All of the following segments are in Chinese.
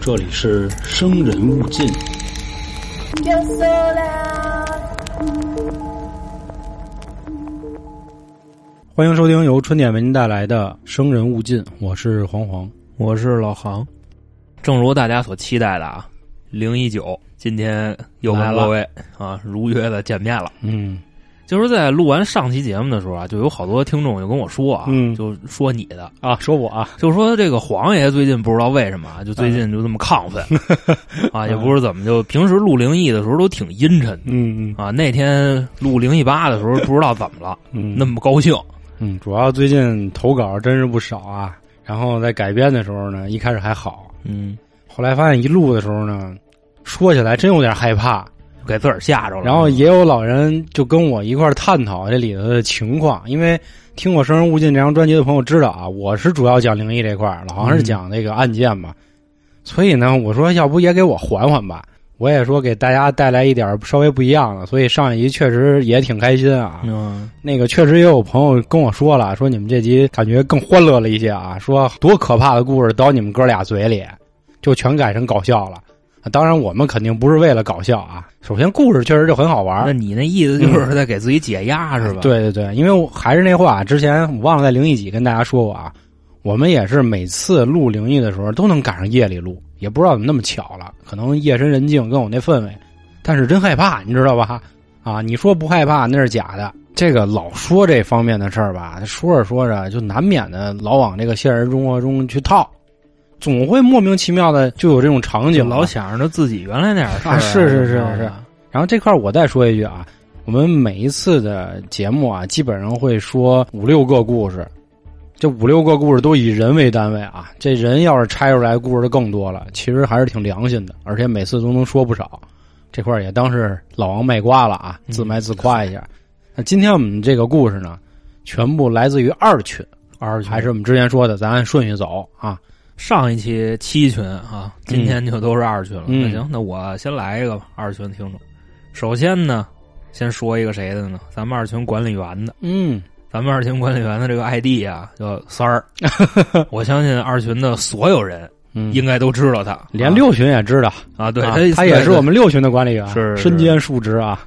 这里是生人勿近。 Yo sola, 欢迎收听由春点为您带来的《生人勿近》，我是黄黄。我是老航，正如大家所期待的啊，零一九今天又来跟了各位啊如约的见面了。嗯，就是在录完上期节目的时候啊，就有好多听众就跟我说啊，嗯就说你的，啊，说我啊，就说这个黄爷最近不知道为什么啊，就最近就这么亢奋、 啊，也不是怎么就平时录灵异的时候都挺阴沉的嗯啊，那天录灵异八的时候不知道怎么了，嗯，那么高兴，嗯，主要最近投稿真是不少啊。然后在改编的时候呢，一开始还好，嗯，后来发现一录的时候呢，说起来真有点害怕。给自个儿吓着了。然后也有老人就跟我一块儿探讨这里头的情况，因为听过《生人勿近》这张专辑的朋友知道啊，我是主要讲灵异这块儿，老王是讲那个案件嘛，所以呢，我说要不也给我缓缓吧，我也说给大家带来一点儿稍微不一样的，所以上一集确实也挺开心啊。嗯，那个确实也有朋友跟我说了，说你们这集感觉更欢乐了一些啊，说多可怕的故事到你们哥俩嘴里，就全改成搞笑了。啊当然，我们肯定不是为了搞笑啊。首先，故事确实就很好玩那儿，你那意思就是在给自己解压、是吧？，对对对，因为我还是那话，之前我忘了在灵异几跟大家说过啊，我们也是每次录灵异的时候都能赶上夜里录，也不知道怎么那么巧了，可能夜深人静跟我那氛围，但是真害怕，你知道吧？ 啊，你说不害怕那是假的。这个老说这方面的事儿吧，说着说着就难免的老往这个现实生活中去套，总会莫名其妙的就有这种场景就了，老想着自己原来那点事儿、啊是是是怎么着的是然后这块儿我再说一句啊，我们每一次的节目啊，基本上会说五六个故事，这五六个故事都以人为单位啊。这人要是拆出来，故事就更多了，其实还是挺良心的，而且每次都能说不少。这块儿也当是老王卖瓜了啊，嗯自卖自夸一下。那今天我们这个故事呢，全部来自于二群，二群还是我们之前说的，咱按顺序走啊。上一期七群啊，今天就都是二群了。嗯那行，那我先来一个吧，二群听众。首先呢，先说一个谁的呢？咱们二群管理员的，嗯咱们二群管理员的这个 ID 啊，叫三 儿。我相信二群的所有人嗯，应该都知道他，连六群也知道，啊，对啊他他也是我们们六群的管理员，是是身兼数职啊。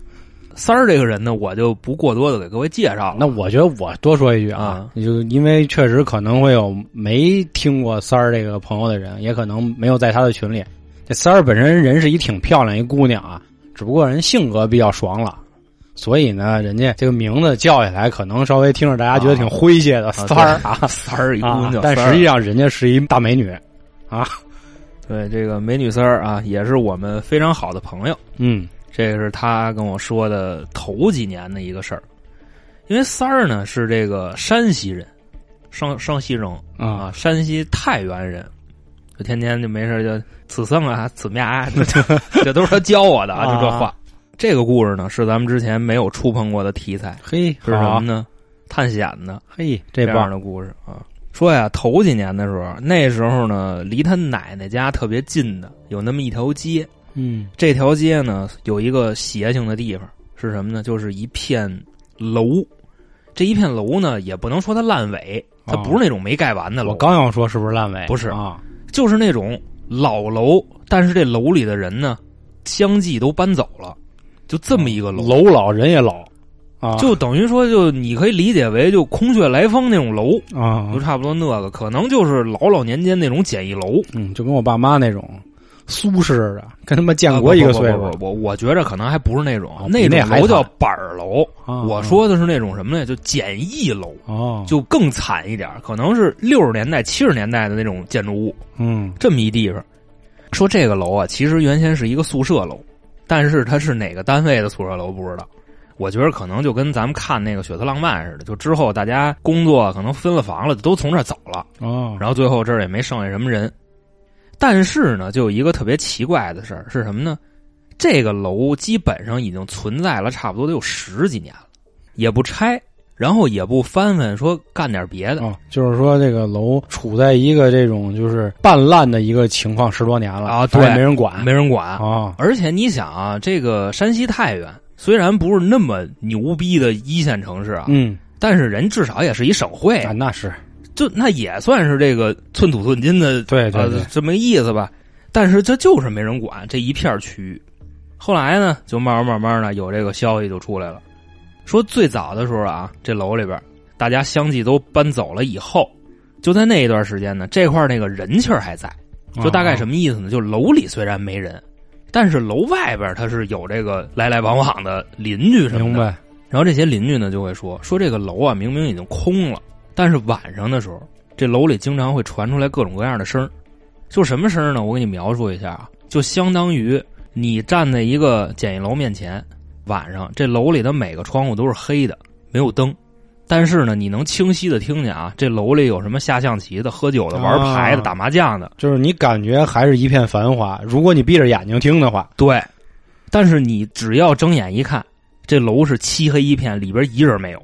三儿这个人呢，我就不过多的给各位介绍了。那我觉得我多说一句啊啊，就因为确实可能会有没听过三儿这个朋友的人，也可能没有在他的群里。这三儿本身人是一挺漂亮一姑娘啊，只不过人性格比较爽朗，所以呢，人家这个名字叫起来可能稍微听着大家觉得挺诙谐的啊三儿对啊，三儿一姑啊娘叫，但三儿实际上人家是一大美女。对这个美女三儿啊，也是我们非常好的朋友。嗯这是他跟我说的头几年的一个事儿。因为三儿呢是这个山西人，上上西人啊啊，山西太原人，就天天就没事就此生啊， 此面啊， 这这都是他教我的啊，就这话。这个故事呢是咱们之前没有触碰过的题材，嘿，是什么好呢？探险的嘿，这这样棒的故事啊。说呀，头几年的时候，那时候呢，离他奶奶家特别近的有那么一条街，嗯这条街呢有一个邪性的地方是什么呢？就是一片楼，这一片楼呢也不能说它烂尾，它哦不是那种没盖完的楼，我刚要说是不是烂尾？不是啊，就是那种老楼，但是这楼里的人呢相继都搬走了，就这么一个楼，楼老人也老啊，就等于说就你可以理解为就空穴来风那种楼，啊就差不多那个，可能就是老老年间那种简易楼。嗯，就跟我爸妈那种苏式的，跟他妈建国一个岁数啊不不不不我我觉着可能还不是那种啊，比那那种还楼叫惨板儿楼。啊我说的是那种什么呢？就简易楼，哦，就更惨一点儿，可能是六十年代、七十年代的那种建筑物，嗯这么一地方。说这个楼啊，其实原先是一个宿舍楼，但是它是哪个单位的宿舍楼不知道。我觉得可能就跟咱们看那个《血色浪漫》似的，就之后大家工作可能分了房了，都从这儿走了，哦，然后最后这儿也没剩下什么人。但是呢，就有一个特别奇怪的事儿是什么呢？这个楼基本上已经存在了差不多得有十几年了，也不拆，然后也不翻翻，说干点别的哦，就是说这个楼处在一个这种就是半烂的一个情况十多年了啊反正对没人管，没人管。啊，而且你想啊，这个山西太原虽然不是那么牛逼的一线城市啊，嗯，但是人至少也是一省会啊，那是就那也算是这个寸土寸金的哎对对对呃，这么个意思吧。但是这就是没人管这一片区域。后来呢，就慢慢慢慢的有这个消息就出来了，说最早的时候啊，这楼里边大家相继都搬走了以后，就在那一段时间呢，这块儿那个人气儿还在。就大概什么？么意思呢？就楼里虽然没人，但是楼外边它是有这个来来往往的邻居什么明的。白？然后这些邻居呢就会说说这个楼啊明明已经空了，但是晚上的时候，这楼里经常会传出来各种各样的声儿就什么声儿呢？我给你描述一下啊，就相当于你站在一个简易楼面前，晚上这楼里的每个窗户都是黑的，没有灯。但是呢，你能清晰的听见啊，这楼里有什么下象棋的、喝酒的、玩牌啊的、打麻将的，就是你感觉还是一片繁华，如果你闭着眼睛听的话，对，但是你只要睁眼一看，这楼是漆黑一片，里边一人没有，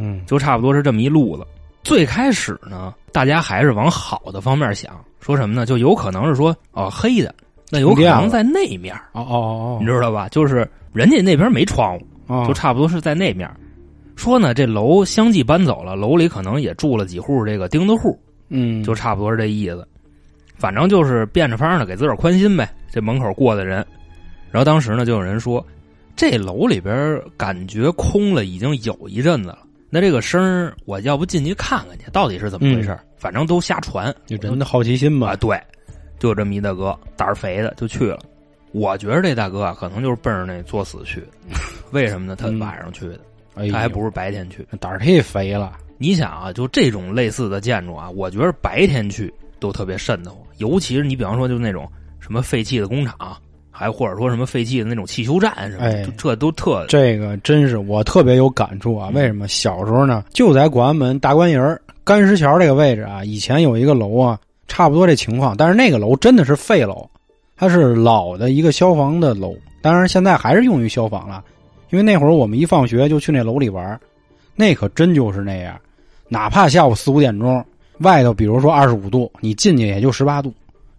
嗯，就差不多是这么一路子。最开始呢，大家还是往好的方面想，说什么呢？就有可能是说哦黑的，那有可能在那面儿，哦哦你知道吧？就是人家那边没窗户，哦，就差不多是在那面儿。说呢，这楼相继搬走了，楼里可能也住了几户这个钉子户，嗯，就差不多是这意思。反正就是变着法儿的给自个儿宽心呗。这门口过的人，然后当时呢就有人说，这楼里边儿感觉空了，已经有一阵子了。那这个声儿，我要不进去看看去，到底是怎么回事嗯儿？反正都瞎传，就人的好奇心啊，吧，对，就这么一大哥，胆儿肥的就去了。我觉得这大哥啊，可能就是奔着那作死 去的。为什么呢？他嗯晚上去的，哎呦他还不是白天去。胆儿忒肥了，你想啊，就这种类似的建筑啊，我觉得白天去都特别瘆得慌，尤其是你比方说就那种什么废弃的工厂，还或者说什么废弃的那种汽修站什么哎的，就这都特这个真是我特别有感触啊！嗯为什么小时候呢，就在广安门大观营儿干石桥这个位置啊，以前有一个楼啊，差不多这情况，但是那个楼真的是废楼，它是老的一个消防的楼，当然现在还是用于消防了，因为那会儿我们一放学就去那楼里玩儿，那可真就是那样，哪怕下午四五点钟，外头比如说二十五度，你进去也就十八度，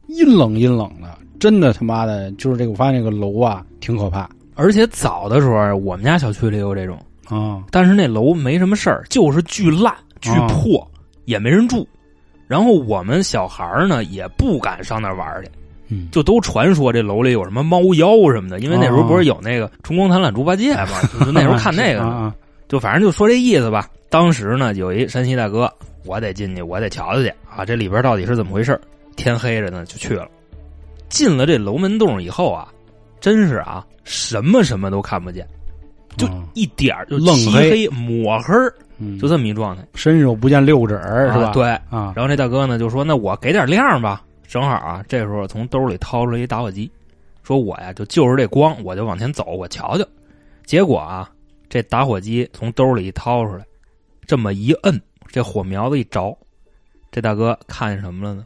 阴冷阴冷的，真的他妈的，就是这个我发现这个楼啊挺可怕而且早的时候，啊我们家小区里有这种，啊。但是那楼没什么事儿，就是巨烂、巨哦破，也没人住。然后我们小孩儿呢也不敢上那儿玩儿去，嗯，哦就都传说这楼里有什么猫妖什么的，因为那时候不是有那个春光灿烂猪八戒嘛，就就那时候看那 个啊呢。啊就反正就说这意思吧。当时呢，有一山西大哥，我得进去，我得瞧瞧去啊，这里边到底是怎么回事儿天黑着呢，就去了。进了这楼门洞以后啊，真是啊，什么什么都看不见，就啊一点儿就愣漆黑黑抹黑儿，嗯就这么一状态，伸手不见六指儿，是吧？啊对。啊，然后这大哥呢就说：“那我给点亮吧。”正好啊，这时候从兜里掏出来一打火机，说：“我呀就就是这光，我就往前走，我瞧瞧。”结果啊，这打火机从兜里一掏出来，这么一摁，这火苗子一着，这大哥看见什么了呢？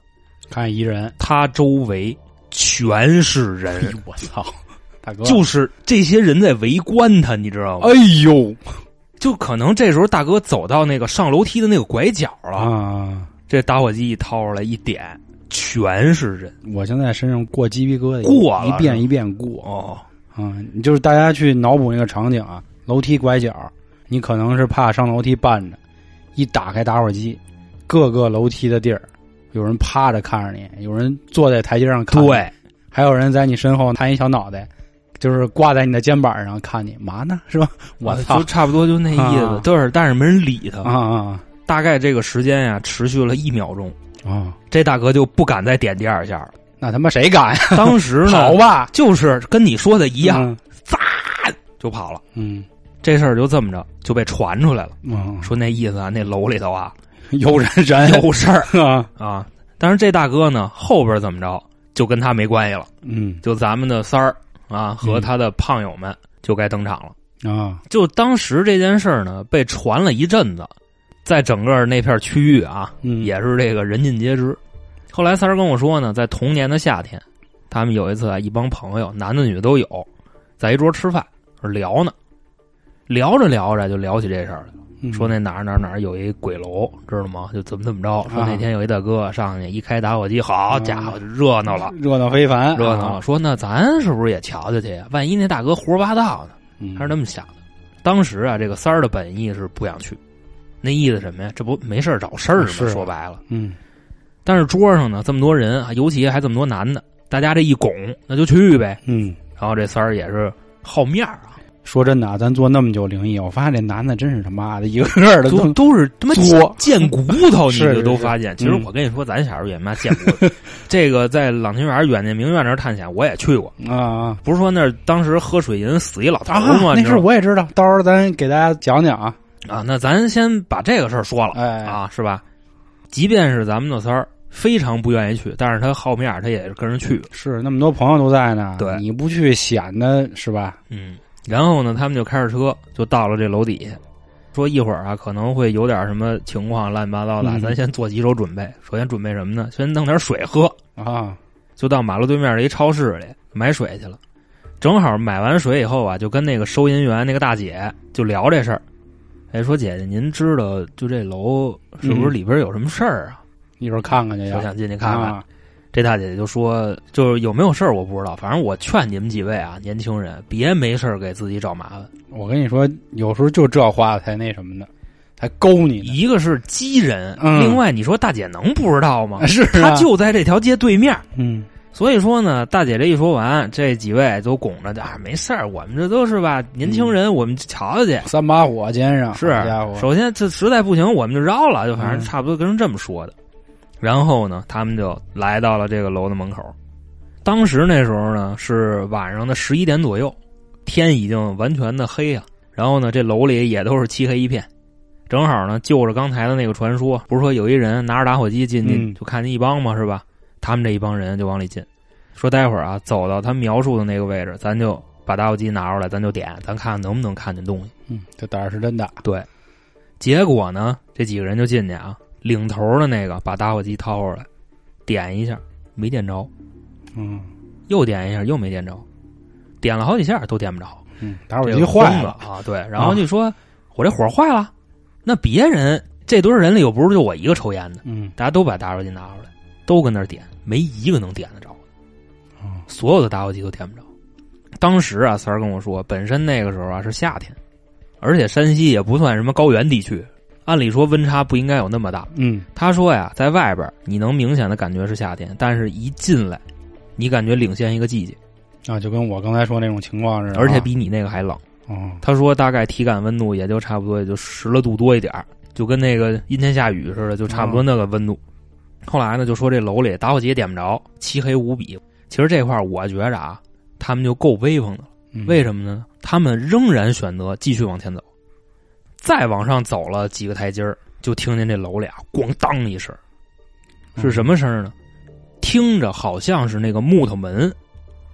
看一 人，他周围全是哎人呦，我操，大哥，就是这些人在围观他，你知道吗？哎呦就可能这时候大哥走到那个上楼梯的那个拐角了，啊！这打火机一掏出来一点，全是人。我现在身上过鸡皮疙瘩，过了一遍一遍过哦，啊！你就是大家去脑补那个场景啊，楼梯拐角，你可能是怕上楼梯绊着，一打开打火机，各个楼梯的地儿，有人趴着看着你，有人坐在台阶上看，，对，还有人在你身后探一小脑袋，就是挂在你的肩膀上看你，嘛呢？是吧？我操就！差不多就那意啊思，但是但是没人理他。啊啊大概这个时间呀、持续了一秒钟，啊啊！这大哥就不敢再点第二下 了。那他妈谁敢呀？当时呢跑，吧，嗯就是跟你说的一一样，，就跑了。嗯这事儿就这么着就被传出来了，嗯，说那意思啊，那楼里头啊有人人有事儿 啊，啊。但是这大哥呢，后边怎么着就跟他没关系了，嗯就咱们的三儿啊和他的胖友们就该登场了。啊，就当时这件事儿呢，被传了一阵子，在整个那片区域啊，嗯也是这个人尽皆知。后来三儿跟我说呢，在同年的夏天，他们有一次啊，一帮朋友，男的女的都有，在一桌吃饭聊呢，聊着聊着就聊起这事儿了，嗯说那哪儿哪儿哪儿有一鬼楼，知道吗？就怎么怎么着，啊说那天有一大哥上去一开打火机，好家伙，就热闹了，热闹非凡，热闹了。嗯啊，说那咱是不是也瞧瞧去呀？万一那大哥胡说八道呢？嗯他是那么想的。当时啊，这个三儿的本意是不想去，那意思什么呀？这不没事儿找事儿吗？啊是说白了，嗯，但是桌上呢这么多人，啊尤其还这么多男的，大家这一拱，那就去呗。嗯，然后这三儿也是好面儿啊，说真的啊，咱做那么久灵异，我发现这男的真是他妈的一个个的都都都是他妈作贱骨 头，你是就是都是发现。其实嗯我跟你说，咱小时候也妈见 过。这个在朗庭园、远近名苑那儿探险，我也去过。 啊啊不是说那儿当时喝水银死一老头儿啊！吗？你那知事道儿吗我也知道，到时候咱给大家讲讲啊。啊，那咱先把这个事儿说了哎，啊，是吧？即便是咱们的三儿非常不愿意去，但是他好面儿，他也是跟着去了。是那么多朋友都在呢，对你不去显得是吧？嗯，然后呢，他们就开着车就到了这楼底下，说一会儿啊可能会有点什么情况，乱七八糟的，嗯咱先做几手准备。首先准备什么呢？先弄点水喝，啊，就到马路对面的一超市里买水去了。正好买完水以后啊，就跟那个收银员那个大姐就聊这事儿。哎，说姐姐，您知道就这楼是不是嗯里边有什么事儿啊？一会儿看看去就哎呀。想进去看看。啊，这大姐姐就说，就是有没有事儿我不知道，反正我劝你们几位啊，年轻人别没事儿给自己找麻烦。我跟你说，有时候就这话才那什么呢，才勾你 呢。一个是激人，嗯另外你说大姐能不知道吗？是啊，她就在这条街对面。嗯所以说呢，大姐这一说完，这几位都拱着啊，没事儿，我们这都是吧，年轻人，嗯我们瞧瞧去。三把火肩上，是啊好家，伙，首先这实在不行，我们就绕了，就反正嗯差不多跟人这么说的。然后呢，他们就来到了这个楼的门口。当时那时候呢是晚上的十一点左右，天已经完全的黑啊。然后呢，这楼里也都是漆黑一片。正好呢，就着刚才的那个传说，不是说有一人拿着打火机进去，嗯就看见一帮嘛，是吧？他们这一帮人就往里进，说待会儿啊，走到他描述的那个位置，咱就把打火机拿出来，咱就点，咱看看能不能看见东西。嗯，这胆儿是真大。对，结果呢，这几个人就进去啊，领头的那个把打火机掏出来，点一下没点着，嗯又点一下又没点着，点了好几下都点不着，嗯，打火这机个坏疯了了，啊！对，然后就说、我这火坏了，那别人这堆人里又不是就我一个抽烟的，嗯大家都把打火机拿出来，都跟那儿点，没一个能点得着的哦所有的打火机都点不着。当时啊，三儿跟我说，本身那个时候啊是夏天，而且山西也不算什么高原地区，按理说温差不应该有那么大。嗯，他说呀，在外边儿你能明显的感觉是夏天，但是一进来，你感觉领先一个季节，啊，就跟我刚才说那种情况似的啊，而且比你那个还冷。哦，他说大概体感温度也就差不多也就十了度多一点儿就跟那个阴天下雨似的，就差不多那个温度。后来呢，就说这楼里打火机也点不着，漆黑无比。其实这块儿我觉着啊，他们就够威风的了。嗯为什么呢？他们仍然选择继续往前走，再往上走了几个台阶儿，就听见这楼里啊咣当一声，是什么声儿呢？听着好像是那个木头门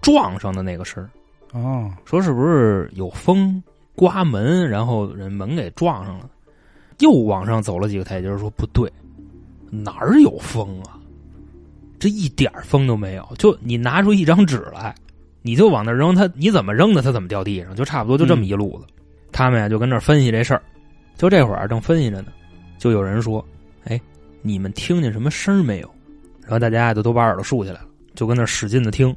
撞上的那个声儿。哦，说是不是有风刮门，然后人门给撞上了？又往上走了几个台阶儿，说不对，哪儿有风啊？这一点儿风都没有。就你拿出一张纸来，你就往那儿扔它，你怎么扔的，它怎么掉地上，就差不多就这么一路子。他们呀就跟那儿分析这事儿，就这会儿正分析着呢，就有人说：“哎，你们听见什么声儿没有？”然后大家呀就都把耳朵竖起来了，就跟那儿使劲的听。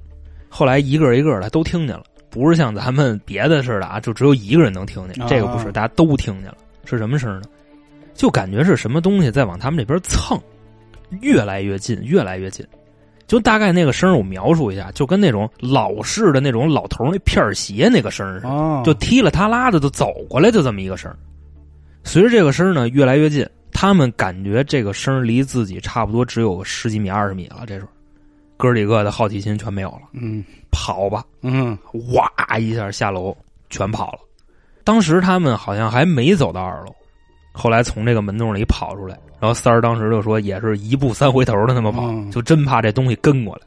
后来一个一个的都听见了，不是像咱们别的似的啊，就只有一个人能听见。啊这个不是，大家都听见了，是什么声儿呢？就感觉是什么东西在往他们这边蹭，越来越近，越来越近。就大概那个声儿，我描述一下，就跟那种老式的那种老头儿那片儿鞋那个声儿似的。哦，就踢了他拉的就走过来，就这么一个声儿。随着这个声儿呢越来越近，他们感觉这个声儿离自己差不多只有十几米、二十米了。这时候，哥儿几个的好奇心全没有了，嗯跑吧！嗯哇一下下楼，全跑了。当时他们好像还没走到二楼，后来从这个门洞里跑出来，然后三儿当时就说也是一步三回头的那么跑，嗯就真怕这东西跟过来。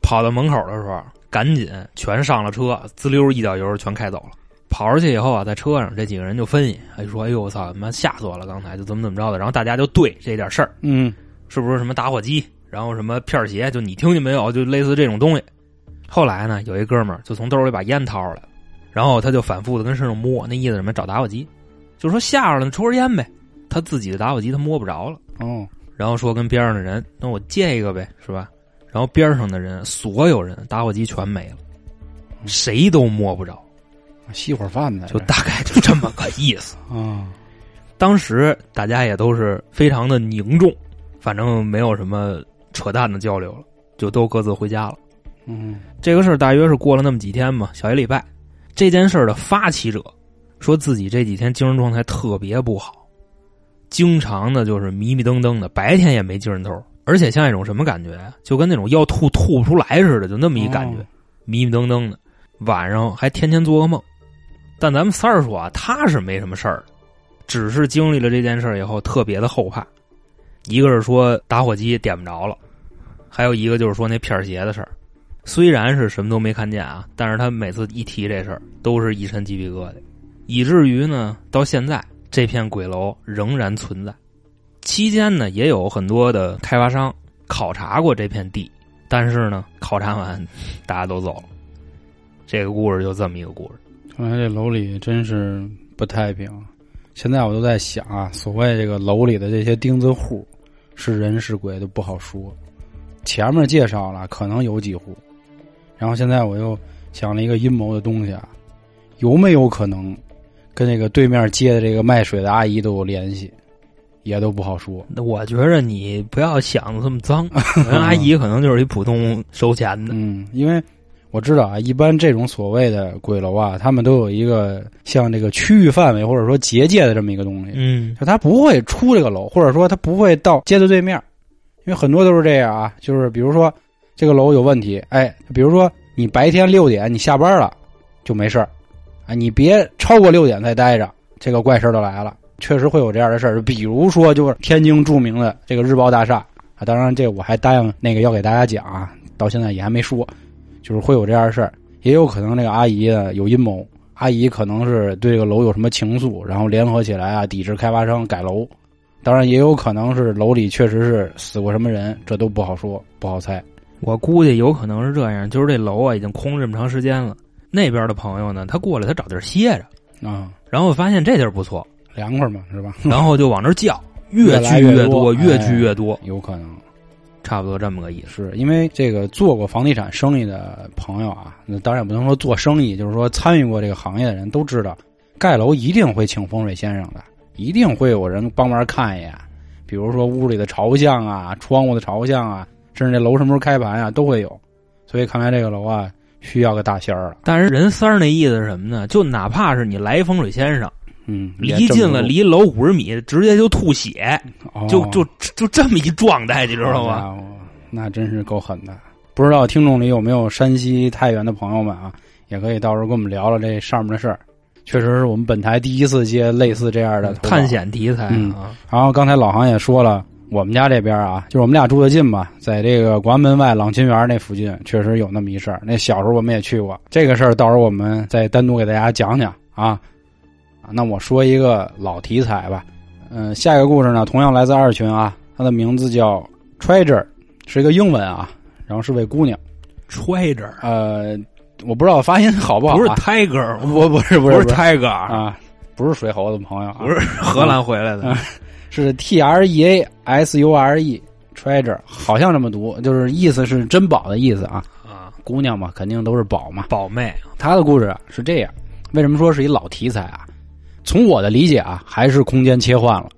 跑到门口的时候，赶紧全上了车，滋溜一脚油全开走了。跑出去以后啊，在车上这几个人就分析，哎说哎呦我操，他妈吓死我了，刚才就怎么怎么着的。然后大家就对这点事儿，嗯是不是什么打火机，然后什么片儿鞋，就你听见没有？就类似这种东西。后来呢，有一哥们儿就从兜里把烟掏出来了，然后他就反复的跟身上摸，那意思什么找打火机，就说吓着了，抽根烟呗。他自己的打火机他摸不着了，哦，然后说跟边上的人，那我借一个呗，是吧？然后边上的人，所有人打火机全没了，谁都摸不着，吸会儿饭的 就大概就这么个意思。啊，当时大家也都是非常的凝重，反正没有什么扯淡的交流了，就都各自回家了。嗯这个事儿大约是过了那么几天嘛，小一礼拜。这件事儿的发起者说自己这几天精神状态特别不好，经常的就是迷迷瞪瞪的，白天也没精神头儿，而且像一种什么感觉啊，就跟那种要吐吐不出来似的，就那么一感觉，哦迷迷瞪瞪的，晚上还天天做噩梦。但咱们三儿说啊，他是没什么事儿，只是经历了这件事儿以后特别的后怕。一个是说打火机点不着了，还有一个就是说那片儿鞋的事儿。虽然是什么都没看见啊，但是他每次一提这事儿，都是一身鸡皮疙瘩，以至于呢，到现在这片鬼楼仍然存在。期间呢，也有很多的开发商考察过这片地，但是呢，考察完大家都走了。这个故事就这么一个故事。看来这楼里真是不太平。现在我都在想啊，所谓这个楼里的这些钉子户，是人是鬼都不好说。前面介绍了，可能有几户，然后现在我又想了一个阴谋的东西啊，有没有可能跟那个对面接的这个卖水的阿姨都有联系，也都不好说。那我觉着你不要想的这么脏，人阿姨可能就是一普通收钱的。嗯，因为我知道啊，一般这种所谓的鬼楼啊，他们都有一个像这个区域范围或者说结界的这么一个东西。嗯就他不会出这个楼，或者说他不会到街的对面，因为很多都是这样啊，就是比如说这个楼有问题，哎，比如说你白天六点你下班了就没事儿，啊，你别超过六点再待着，这个怪事儿就来了。确实会有这样的事儿，比如说就是天津著名的这个日报大厦啊，当然这我还答应那个要给大家讲啊，到现在也还没说，就是会有这样的事儿，也有可能这个阿姨呢有阴谋，阿姨可能是对这个楼有什么情愫，然后联合起来啊抵制开发商改楼。当然，也有可能是楼里确实是死过什么人，这都不好说，不好猜。我估计有可能是这样，就是这楼啊已经空这么长时间了，那边的朋友呢，他过来他找地儿歇着，啊、然后发现这地儿不 错，凉快嘛，是吧？然后就往这儿叫，越来聚越越多越哎聚越多，有可能差不多这么个意思。是因为这个做过房地产生意的朋友啊，那当然也不能说做生意，就是说参与过这个行业的人都知道，盖楼一定会请风水先生的，一定会有人帮忙看一眼，比如说屋里的朝向啊、窗户的朝向啊，甚至这楼什么时候开盘啊，都会有。所以看来这个楼啊，需要个大仙儿了。但是人三儿那意思是什么呢？就哪怕是你来一风水先生，嗯，也离近镇不了，住离楼五十米，直接就吐血，哦啊就就就这么一状态，你知道好吗？家伙？那真是够狠的。不知道听众里有没有山西太原的朋友们啊，也可以到时候跟我们聊聊这上面的事儿。确实是我们本台第一次接类似这样的投稿探。险题材嗯啊，然后刚才老航也说了，我们家这边啊，就是我们俩住的近吧，在这个广安门外朗琴园那附近，确实有那么一事儿。那小时候我们也去过，这个事儿到时候我们再单独给大家讲讲啊。啊那我说一个老题材吧，嗯、下一个故事呢，同样来自二群啊，它的名字叫 Treasure，是一个英文啊，然后是位姑娘，揣着儿，呃，我不知道发音好不好、啊，不是 tiger，不不是不不是不是是 tiger，啊，不是水猴子朋友啊，不是 荷兰回来的嗯，是 T R E A S U R E treasure，好像这么读，就是意思是珍宝的意思啊。啊，姑娘嘛，肯定都是宝嘛。宝妹，啊她的故事啊是这样，为什么说是一老题材啊？从我的理解啊，还是空间切换了。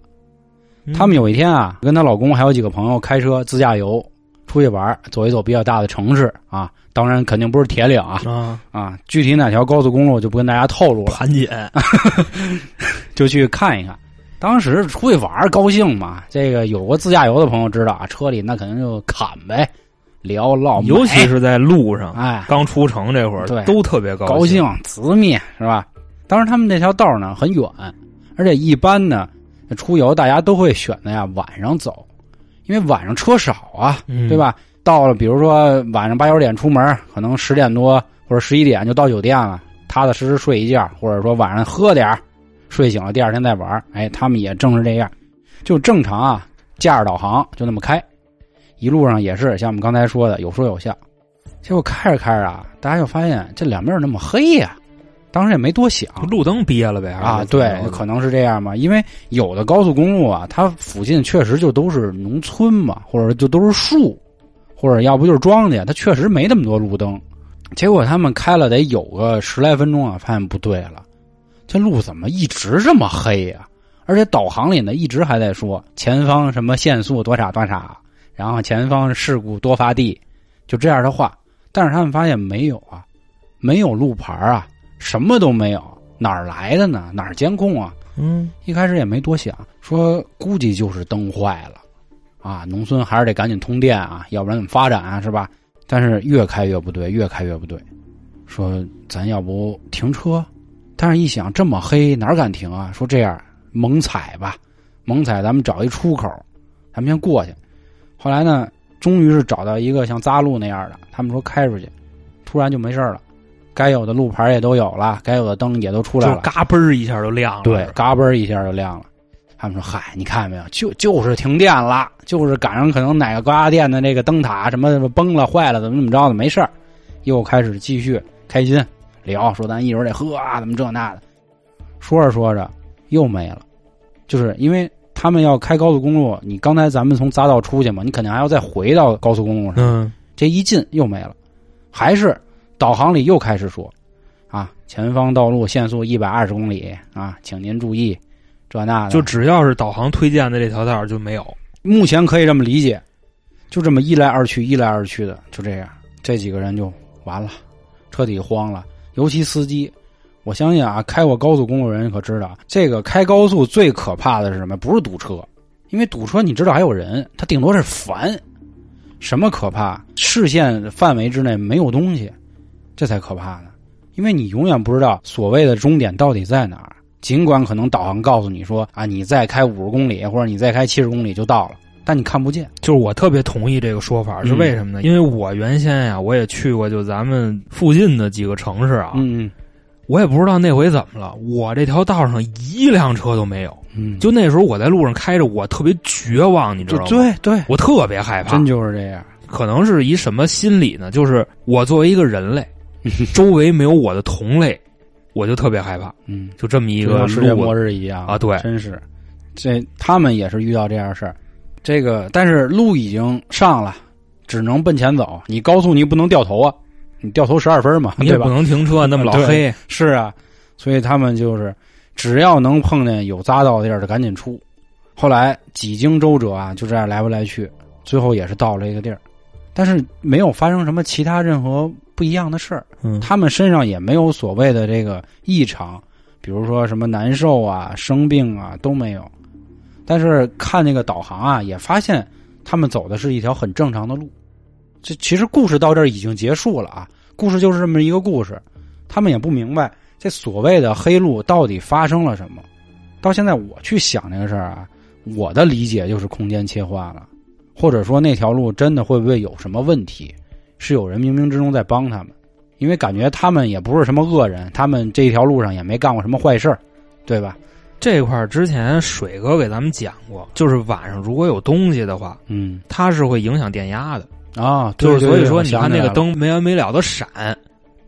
他们嗯有一天啊，跟她老公还有几个朋友开车自驾游出去玩儿，走一走比较大的城市啊，当然肯定不是铁岭啊啊啊，具体哪条高速公路就不跟大家透露了。盘锦，哦就去看一看。当时出去玩儿高兴嘛，这个有过自驾游的朋友知道啊，车里那肯定就侃呗，聊唠，尤其买是在路上哎刚出城这会儿对，都特别高高兴直面是吧？当时他们那条道呢很远，而且一般呢出游大家都会选择呀晚上走，因为晚上车少啊，嗯对吧？到了比如说晚上八九点出门，可能十点多或者十一点就到酒店了，踏踏实实睡一觉，或者说晚上喝点儿睡醒了第二天再玩儿。哎，他们也正是这样，就正常啊，驾驶导航就那么开，一路上也是像我们刚才说的有说有笑。结果开着开着啊，大家就发现这两边儿那么黑呀、当时也没多想，路灯憋了呗啊，对，可能是这样嘛，因为有的高速公路啊，它附近确实就都是农村嘛，或者就都是树，或者要不就是庄稼，它确实没那么多路灯。结果他们开了得有个十来分钟啊，发现不对了，这路怎么一直这么黑呀、而且导航里呢一直还在说前方什么限速多少多少，然后前方事故多发地，就这样的话。但是他们发现没有啊，没有路牌啊，什么都没有，哪儿来的呢？哪儿监控啊？嗯，一开始也没多想，说估计就是灯坏了，啊，农村还是得赶紧通电啊，要不然怎么发展啊，是吧？但是越开越不对，越开越不对，说咱要不停车？但是一想这么黑，哪敢停啊？说这样猛踩吧，猛踩，咱们找一出口，咱们先过去。后来呢，终于是找到一个像匝路那样的，他们说开出去，突然就没事儿了，该有的路牌也都有了，该有的灯也都出就来了，嘎嘣儿一下就亮了，对是，吧嘎嘣儿一下就亮了。他们说：“嗨，你看见没有？就就是停电了，就是赶上可能哪个高压电的那个灯塔什么什么崩了、坏了，怎么怎么着的，没事儿。”又开始继续开心聊，说咱一会儿得喝啊，怎么这那的。说着说着又没了，就是因为他们要开高速公路，你刚才咱们从匝道出去嘛，你肯定还要再回到高速公路上。嗯，这一进又没了，还是导航里又开始说，啊，前方道路限速一百二十公里啊，请您注意，这那的，就只要是导航推荐的这条道儿就没有，目前可以这么理解，就这么一来二去，一来二去的，就这样，这几个人就完了，彻底慌了。尤其司机，我相信啊，开过高速公路的人可知道，这个开高速最可怕的是什么？不是堵车，因为堵车你知道还有人，他顶多是烦。什么可怕？视线范围之内没有东西，这才可怕呢。因为你永远不知道所谓的终点到底在哪儿。尽管可能导航告诉你说啊，你再开五十公里或者你再开七十公里就到了，但你看不见。就是我特别同意这个说法，嗯是为什么呢？因为我原先呀、我也去过就咱们附近的几个城市啊，嗯我也不知道那回怎么了，我这条道上一辆车都没有。嗯，就那时候我在路上开着，我特别绝望，你知就道吗？啊对对，我特别害怕，真就是这样。可能是一什么心理呢？就是我作为一个 人类，周围没有我的同类，我就特别害怕，嗯，就这么一就个像世界路末日一样啊对真是。这他们也是遇到这样的事儿，这个但是路已经上了，只能奔前走。你高速你不能掉头啊，你掉头十二分嘛，你也对不吧？能停车，那么老黑，是啊，所以他们就是只要能碰见有匝道的地儿就赶紧出。后来几经周折啊，就这样来回来去，最后也是到了一个地儿，但是没有发生什么其他任何不一样的事儿。嗯，他们身上也没有所谓的这个异常，比如说什么难受啊、生病啊都没有。但是看那个导航啊，也发现他们走的是一条很正常的路。这其实故事到这儿已经结束了啊，故事就是这么一个故事。他们也不明白这所谓的黑路到底发生了什么。到现在我去想这个事儿啊，我的理解就是空间切换了，或者说那条路真的会不会有什么问题？是有人冥冥之中在帮他们。因为感觉他们也不是什么恶人，他们这一条路上也没干过什么坏事儿，对吧？这块儿之前水哥给咱们讲过，就是晚上如果有东西的话，嗯它是会影响电压的，啊，对就是所对以对说我你想看起来那个了灯没完没了的闪，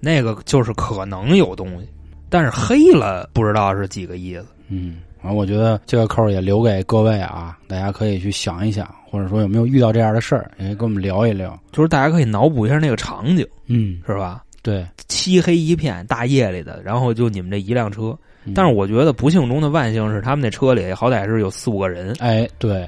那个就是可能有东西，但是黑了不知道是几个意思。嗯，然后我觉得这个扣儿也留给各位啊，大家可以去想一想，或者说有没有遇到这样的事儿，也可以跟我们聊一聊。就是大家可以脑补一下那个场景，嗯，是吧？对，漆黑一片，大夜里的，然后就你们这一辆车。嗯但是我觉得不幸中的万幸是，他们那车里好歹是有四五个人，哎，对，。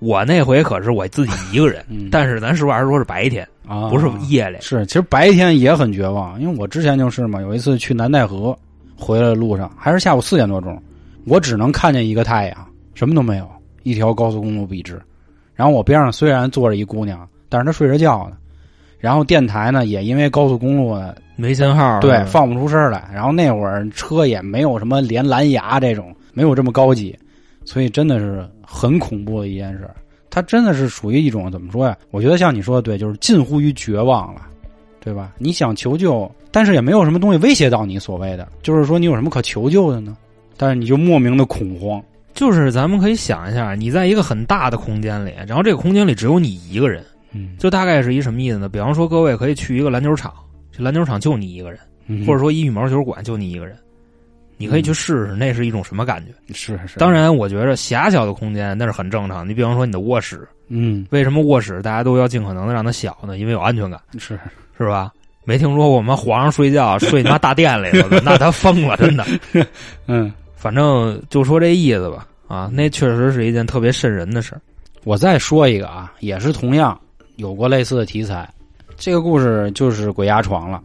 我那回可是我自己一个人嗯，但是咱实话实说，是白天，啊，不是夜里。是，其实白天也很绝望，因为我之前就是嘛，有一次去南戴河，回来的路上还是下午四点多钟，我只能看见一个太阳，什么都没有，一条高速公路笔直。然后我边上虽然坐着一姑娘，但是她睡着觉呢。然后电台呢，也因为高速公路呢没信号，对，放不出声儿嗯来。然后那会儿车也没有什么连蓝牙这种，没有这么高级，所以真的是很恐怖的一件事儿。它真的是属于一种怎么说呀？我觉得像你说的对，就是近乎于绝望了，对吧？你想求救，但是也没有什么东西威胁到你，所谓的就是说你有什么可求救的呢？但是你就莫名的恐慌，就是咱们可以想一下，你在一个很大的空间里，然后这个空间里只有你一个人，嗯，就大概是一什么意思呢？比方说，各位可以去一个篮球场，这篮球场就你一个人，或者说说一羽毛球馆就你一个人，你可以去试试，那是一种什么感觉？是是，当，然，我觉着狭小的空间那是很正常。你比方说你的卧室，嗯，为什么卧室大家都要尽可能的让它小呢？因为有安全感，是是吧？没听说过我们皇上睡 觉睡他妈大殿里头的，那他疯了，真的。嗯反正就说这意思吧。啊，那确实是一件特别瘆人的事儿。我再说一个啊，也是同样有过类似的题材。这个故事就是鬼压床了，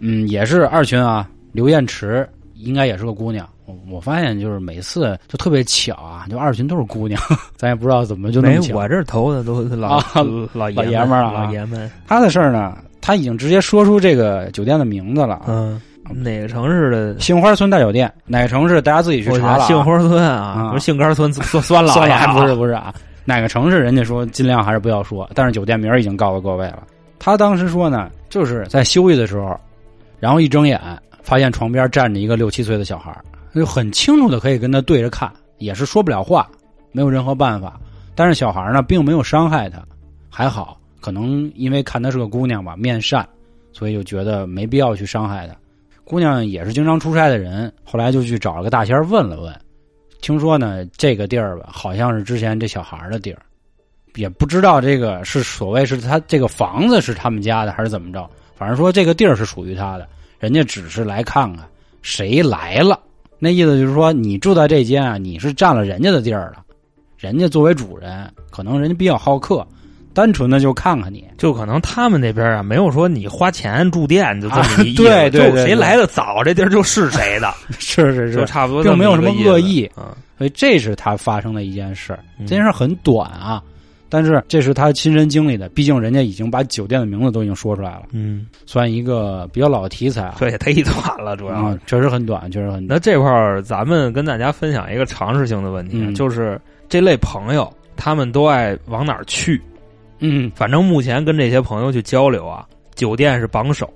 嗯，也是二群啊，刘艳池应该也是个姑娘。我我发现就是每次就特别巧啊，就二群都是姑娘， 咱也不知道怎么就那没么，巧。我这儿投的都是老、啊老老爷爷们儿儿了啊老爷们儿。他的事儿呢，他已经直接说出这个酒店的名字了啊，嗯，哪个城市的？杏花村大酒店，哪个城市大家自己去我查想了啊、杏花村啊，啊不是杏 干村酸酸老算爷了，啊不是不是啊，哪个城市人家说尽量还是不要说，但是酒店名儿已经告诉各位了。他当时说呢，就是在休息的时候，然后一睁眼发现床边站着一个六七岁的小孩儿，就很清楚的可以跟他对着看，也是说不了话，没有任何办法。但是小孩儿呢，并没有伤害他，还好，可能因为看她是个姑娘吧，面善，所以就觉得没必要去伤害她。姑娘也是经常出差的人，后来就去找了个大仙儿问了问，听说呢，这个地儿吧，好像是之前这小孩儿的地儿，也不知道这个是所谓是他这个房子是他们家的还是怎么着，反正说这个地儿是属于他的，人家只是来看看谁来了。那意思就是说，你住在这间啊，你是占了人家的地儿了，人家作为主人，可能人家比较好客，单纯的就看看你。就可能他们那边啊，没有说你花钱住店就这么一意思，啊对对就对对谁来的早，这地儿就是谁 的， 是是就差不多，并没有什么恶意。嗯，所以这是他发生的一件事儿。嗯这件事儿很短啊，但是这是他亲身经历的，毕竟人家已经把酒店的名字都已经说出来了，嗯，算一个比较老的题材啊。这也忒短了，主要啊，确实很短，确实很短。那这块儿，咱们跟大家分享一个常识性的问题，啊嗯就是这类朋友他们都爱往哪儿去？嗯，反正目前跟这些朋友去交流啊，酒店是榜首。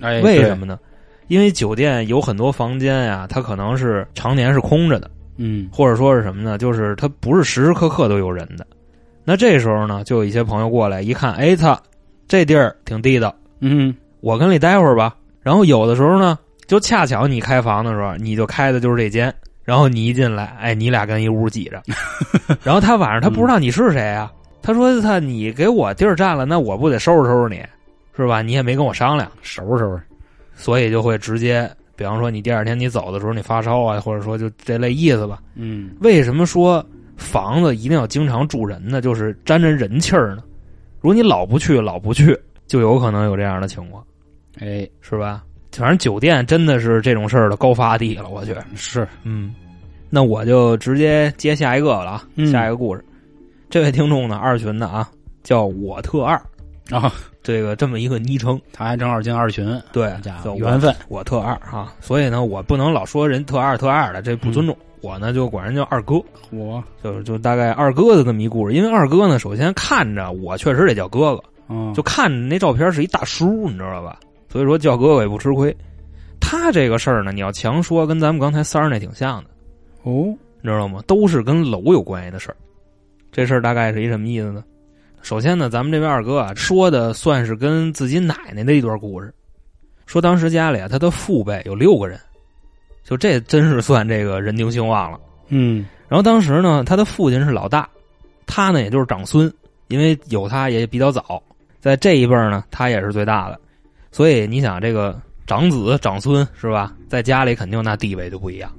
哎，为对什？么呢？因为酒店有很多房间呀、它可能是常年是空着的，嗯或者说是什么呢？就是它不是时时刻刻都有人的。那这时候呢，就有一些朋友过来一看，哎操，这地儿挺地道，嗯，我跟你待会儿吧。然后有的时候呢，就恰巧你开房的时候，你就开的就是这间，然后你一进来，哎，你俩跟一屋挤着，然后他晚上他不知道你是谁啊，他说他你给我地儿占了，那我不得收拾收拾你，是吧？你也没跟我商量，收拾收拾。所以就会直接，比方说你第二天你走的时候你发烧啊，或者说就这类意思吧。嗯，为什么说房子一定要经常住人呢？就是沾着人气儿呢。如果你老不去，老不去，就有可能有这样的情况。哎，是吧？反正酒店真的是这种事儿的高发地了，我觉得。是，嗯，那我就直接接下一个了啊，嗯下一个故事。这位听众呢，二群的啊，叫我特二啊， 这个这么一个昵称，他还正好进二群，对好，家伙，叫我缘分。我特二啊，所以呢，我不能老说人特二特二的，这不尊重。嗯我呢就管人叫二哥，我，就是就大概二哥的这么一故事。因为二哥呢，首先看着我确实得叫哥哥，嗯，就看着那照片是一大叔，你知道吧？所以说叫哥哥也不吃亏。他这个事儿呢，你要强说，跟咱们刚才三儿那挺像的，哦，你知道吗？都是跟楼有关系的事儿。这事儿大概是一什么意思呢？首先呢，咱们这位二哥啊，说的算是跟自己奶奶的一段故事。说当时家里啊，他的父辈有六个人，就这真是算这个人丁兴旺了。嗯然后当时呢，他的父亲是老大，他呢也就是长孙，因为有他也比较早，在这一辈儿呢，他也是最大的，所以你想这个长子长孙是吧，在家里肯定那地位就不一样，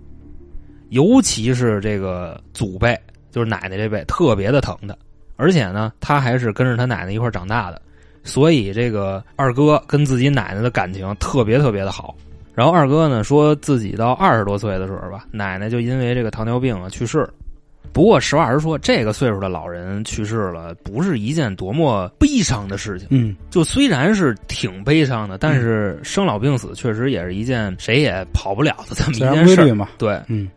尤其是这个祖辈，就是奶奶这辈，特别的疼他，而且呢，他还是跟着他奶奶一块儿长大的，所以这个二哥跟自己奶奶的感情特别特别的好。然后二哥呢说自己到二十多岁的时候吧，奶奶就因为这个糖尿病啊去世了。不过实话实说，这个岁数的老人去世了，不是一件多么悲伤的事情。嗯，就虽然是挺悲伤的，但是生老病死确实也是一件谁也跑不了的这么一自然件规事律儿。嘛。对，嗯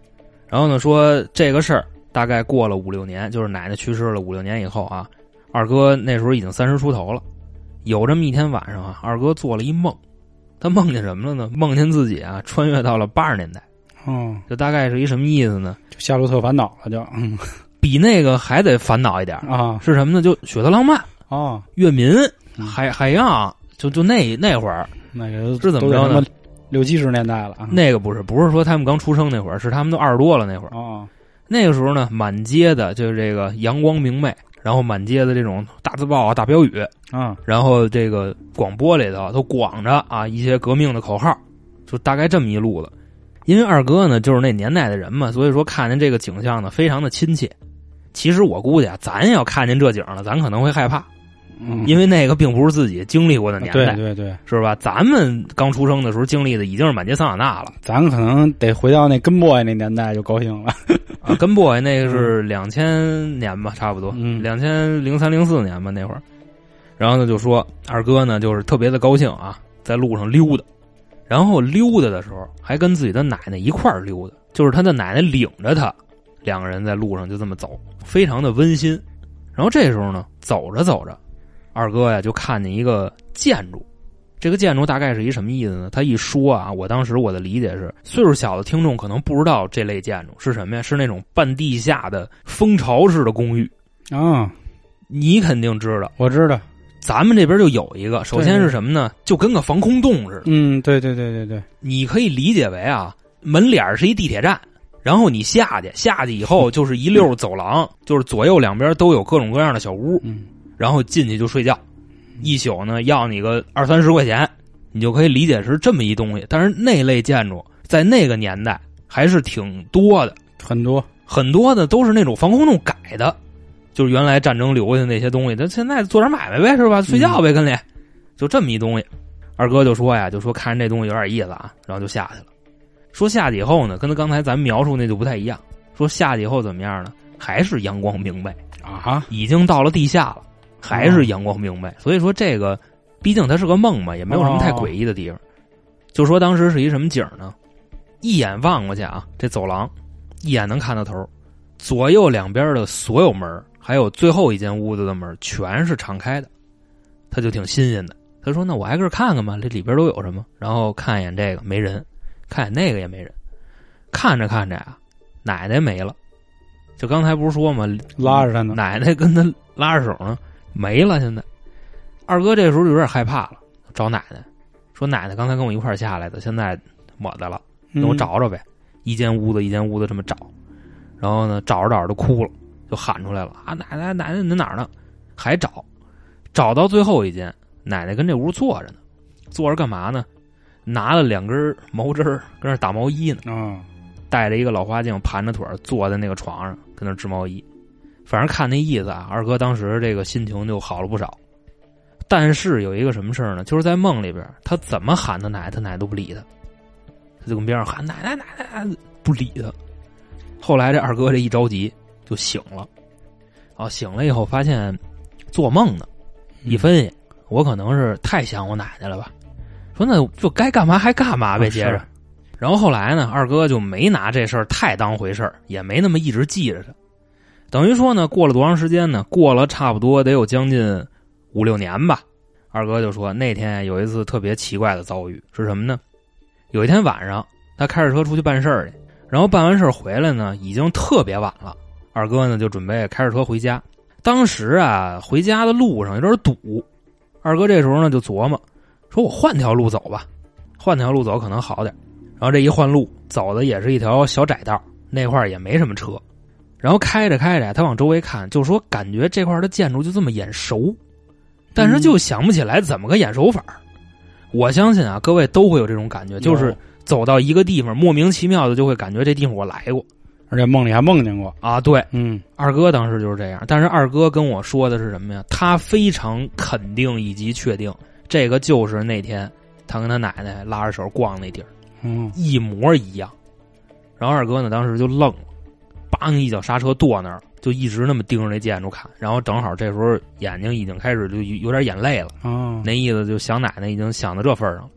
然后呢，说这个事儿大概过了五六年，就是奶奶去世了五六年以后啊，二哥那时候已经三十出头了。有这么一天晚上啊，二哥做了一梦，他梦见什么了呢？梦见自己啊穿越到了八十年代，哦，就大概是一什么意思呢？就夏洛特烦恼了，就 嗯比那个还得烦恼一点儿，啊是什么呢？就雪的浪漫、哦，月民、嗯海海洋，就就那那会儿，那个是怎么都得着呢他妈六七十年代了啊。那个不是不是说他们刚出生那会儿，是他们都二十多了那会儿。哦，那个时候呢，满街的就是这个阳光明媚，然后满街的这种大字报啊、大标语，啊，然后这个广播里头都广着啊一些革命的口号，就大概这么一路子。因为二哥呢就是那年代的人嘛，所以说看见这个景象呢非常的亲切。其实我估计啊，咱要看见这景了，咱可能会害怕，嗯因为那个并不是自己经历过的年对代，对对，是吧？咱们刚出生的时候经历的已经是满街桑塔纳了咱可能得回到那根 boy 那年代就高兴了。啊，跟 boy 那个是两千年吧，差不多，嗯两千零三零四年吧那会儿。然后呢，就说二哥呢就是特别的高兴啊，在路上溜达，然后溜达的时候还跟自己的奶奶一块儿溜达，就是他的奶奶领着他，两个人在路上就这么走，非常的温馨。然后这时候呢，走着走着，二哥呀就看见一个建筑，这个建筑大概是一什么意思呢？他一说啊，我当时我的理解是，岁数小的听众可能不知道这类建筑是什么呀，是那种半地下的蜂巢式的公寓，啊，你肯定知道。我知道，咱们这边就有一个，首先对是什么呢？就跟个防空洞似的，嗯，对对对对对，你可以理解为啊，门脸儿是一地铁站，然后你下去，下去以后就是一溜走廊，就是左右两边都有各种各样的小屋，嗯，然后进去就睡觉，一宿呢要你个二三十块钱，你就可以理解是这么一东西。但是那类建筑在那个年代还是挺多的，很多，很多的都是那种防空洞改的，就是原来战争留下的那些东西。他现在做点买卖呗，是吧？睡觉呗，跟里，就这么一东西。二哥就说呀，就说看着这东西有点意思啊，然后就下去了。说下去以后呢，跟他刚才咱描述那就不太一样。说下去以后怎么样呢？还是阳光明媚，啊，已经到了地下了，还是阳光明媚。所以说这个，毕竟它是个梦嘛，也没有什么太诡异的地方。就说当时是一什么景儿呢？一眼望过去啊，这走廊一眼能看到头儿，左右两边的所有门儿，还有最后一间屋子的门儿全是敞开的，他就挺新鲜的。他说：“那我挨个看看吧，这里边都有什么？”然后看一眼这个没人，看一眼那个也没人，看着看着啊，奶奶没了。就刚才不是说嘛，拉着他呢，奶奶跟他拉着手呢，没了。现在，二哥这时候就有点害怕了，找奶奶说：“奶奶刚才跟我一块儿下来的，现在没的了，那我嗯找找呗。一间屋子一间屋子这么找，然后呢，找着找着就哭了，就喊出来了：“啊，奶奶，奶奶，你在哪儿呢？”还找，找到最后一间，奶奶跟这屋坐着呢，坐着干嘛呢？拿了两根毛针儿，跟那儿打毛衣呢。啊，戴着一个老花镜，盘着腿儿坐在那个床上，跟那儿织毛衣。反正看那意思啊，二哥当时这个心情就好了不少。但是有一个什么事儿呢？就是在梦里边，他怎么喊他奶，他奶都不理他，他就跟边上喊奶奶奶奶，奶不理他。后来这二哥这一着急就醒了，啊，醒了以后发现做梦呢，嗯一分析，我可能是太想我奶奶了吧，说那就该干嘛还干嘛呗，啊接是着。然后后来呢，二哥就没拿这事儿太当回事儿，也没那么一直记着他。等于说呢，过了多长时间呢？过了差不多得有将近五六年吧。二哥就说那天有一次特别奇怪的遭遇是什么呢？有一天晚上，他开着车出去办事儿去，然后办完事儿回来呢，已经特别晚了。二哥呢就准备开着车回家，当时啊回家的路上有点堵，二哥这时候呢就琢磨，说我换条路走吧，换条路走可能好点儿。然后这一换路，走的也是一条小窄道，那块儿也没什么车。然后开着开着，他往周围看，就说感觉这块儿的建筑就这么眼熟，但是就想不起来怎么个眼熟法儿。我相信啊，各位都会有这种感觉，就是有走到一个地方，莫名其妙的就会感觉这地方我来过而且梦里还梦见过，啊。对，嗯，二哥当时就是这样，但是二哥跟我说的是什么呀？他非常肯定以及确定，这个就是那天他跟他奶奶拉着手逛那地儿嗯，一模一样。然后二哥呢，当时就愣了，梆一脚刹车跺那儿了，就一直那么盯着那建筑看。然后正好这时候眼睛已经开始就有有点眼泪了。啊，那意思就想奶奶已经想到这份儿上了。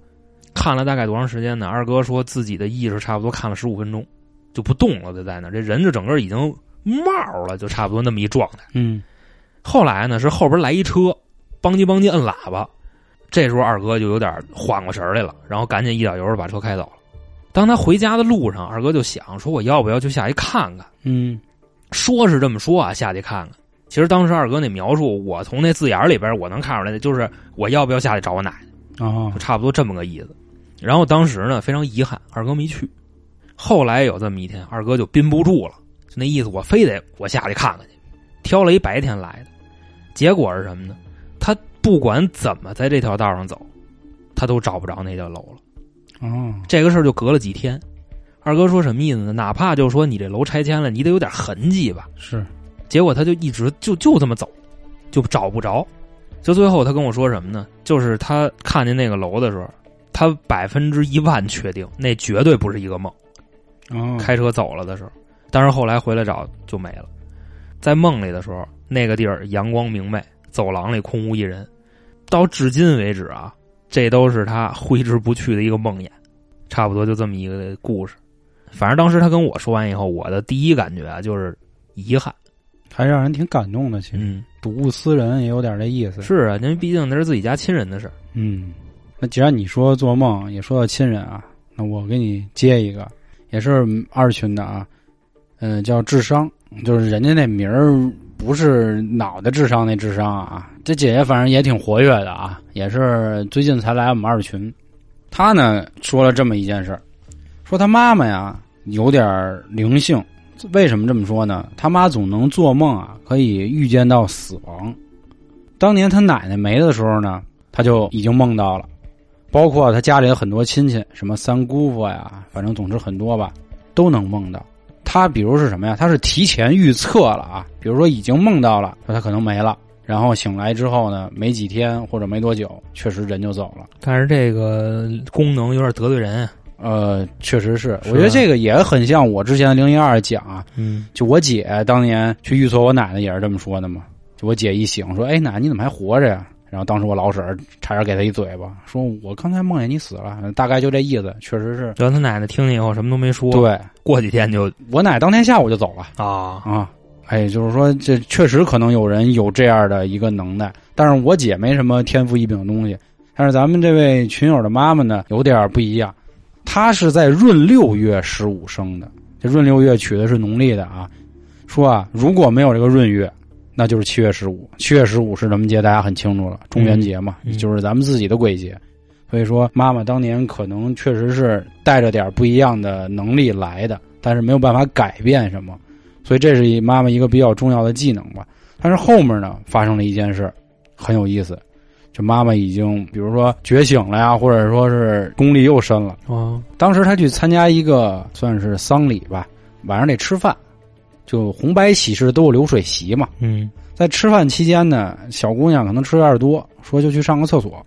看了大概多长时间呢？二哥说自己的意识差不多看了十五分钟，就不动了，就在那儿这人就整个已经冒了，就差不多那么一状态。嗯，后来呢，是后边来一车，邦叽邦叽摁喇叭，这时候二哥就有点缓过神儿来了，然后赶紧一脚油把车开走了。当他回家的路上，二哥就想说：“我要不要去下去看看？”嗯，说是这么说啊，下去看看。其实当时二哥那描述，我从那字眼儿里边儿我能看出来的，就是我要不要下去找我奶奶。啊就，差不多这么个意思。然后当时呢，非常遗憾，二哥没去。后来有这么一天，二哥就憋不住了，就那意思，我非得我下去看看去。挑了一白天来的，结果是什么呢？他不管怎么在这条道上走，他都找不着那条楼了。啊，这个事儿就隔了几天，二哥说什么意思呢？哪怕就说你这楼拆迁了，你得有点痕迹吧。是结果他就一直就就这么走，就找不着。就最后他跟我说什么呢？就是他看见那个楼的时候，他百分之一万确定那绝对不是一个梦。哦，开车走了的时候，但是后来回来找就没了。在梦里的时候，那个地儿阳光明媚，走廊里空无一人。到至今为止啊，这都是他挥之不去的一个梦魇。差不多就这么一个故事。反正当时他跟我说完以后，我的第一感觉啊就是遗憾。还让人挺感动的。其实嗯，睹物思人也有点这意思。是啊，因为毕竟那是自己家亲人的事儿。嗯，那既然你说做梦也说到亲人啊，那我给你接一个，也是二群的啊，嗯、叫智商，就是人家那名儿不是脑袋智商那智商啊。这姐姐反正也挺活跃的啊，也是最近才来我们二群。她呢说了这么一件事儿，说她妈妈呀有点儿灵性，为什么这么说呢？她妈总能做梦啊，可以预见到死亡。当年她奶奶没的时候呢，他就已经梦到了，包括他家里的很多亲戚，什么三姑父呀，反正总之很多吧，都能梦到。他比如是什么呀？他是提前预测了啊，比如说已经梦到了，说他可能没了，然后醒来之后呢，没几天或者没多久，确实人就走了。但是这个功能有点得罪人。啊呃，确实是，是我觉得这个也很像我之前零一二讲啊，嗯，就我姐当年去预测我奶奶也是这么说的嘛。就我姐一醒说：“哎，奶奶你怎么还活着呀？”然后当时我老婶儿差点给她一嘴巴，说：“我刚才梦见你死了。”大概就这意思，确实是。然后他奶奶听见以后什么都没说，对过几天就我奶当天下午就走了啊，啊。哎，就是说这确实可能有人有这样的一个能耐，但是我姐没什么天赋异禀的东西。但是咱们这位群友的妈妈呢，有点不一样，她是在闰六月十五生的，这闰六月取的是农历的啊。说啊，如果没有这个闰月，那就是七月十五。七月十五是什么节？大家很清楚了，中元节嘛，嗯嗯就是咱们自己的鬼节。所以说，妈妈当年可能确实是带着点不一样的能力来的，但是没有办法改变什么，所以这是一妈妈一个比较重要的技能吧。但是后面呢，发生了一件事儿，很有意思。这妈妈已经，比如说觉醒了呀，或者说是功力又深了。哦，当时他去参加一个算是丧礼吧，晚上得吃饭，就红白喜事都有流水席嘛。嗯在吃饭期间呢，小姑娘可能吃有点多，说就去上个厕所。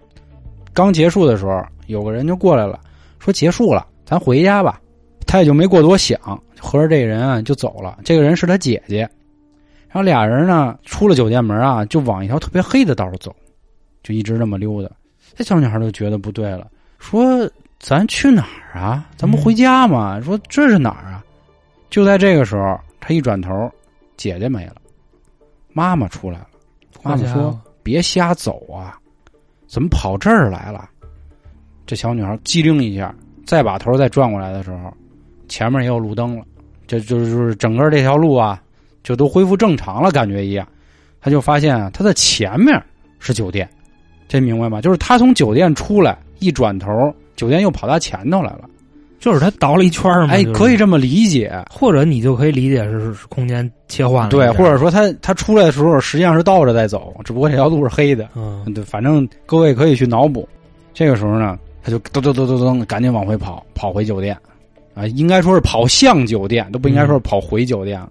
刚结束的时候，有个人就过来了，说结束了，咱回家吧。她也就没过多想，合着这人啊就走了。这个人是她姐姐，然后俩人呢出了酒店门啊，就往一条特别黑的道儿走，就一直这么溜达。这小女孩就觉得不对了，说咱去哪儿啊？咱不回家吗？说这是哪儿啊？就在这个时候，她一转头，姐姐没了，妈妈出来了。妈妈说：“别瞎走啊，怎么跑这儿来了？”这小女孩机灵一下，再把头再转过来的时候，前面也有路灯了，这就是就是整个这条路啊，就都恢复正常了，感觉一样。她就发现啊，她的前面是酒店，这明白吗？就是她从酒店出来，一转头，酒店又跑她前头来了。就是他倒了一圈儿嘛，哎，就是可以，这么理解，啊或者你就可以理解是是空间切换了，对，或者说她她出来的时候实际上是倒着在走，只不过这条路是黑的。嗯，对，反正各位可以去脑补。这个时候呢，他就噔噔噔噔噔，赶紧往回跑，跑回酒店，啊，应该说是跑向酒店，都不应该说是跑回酒店。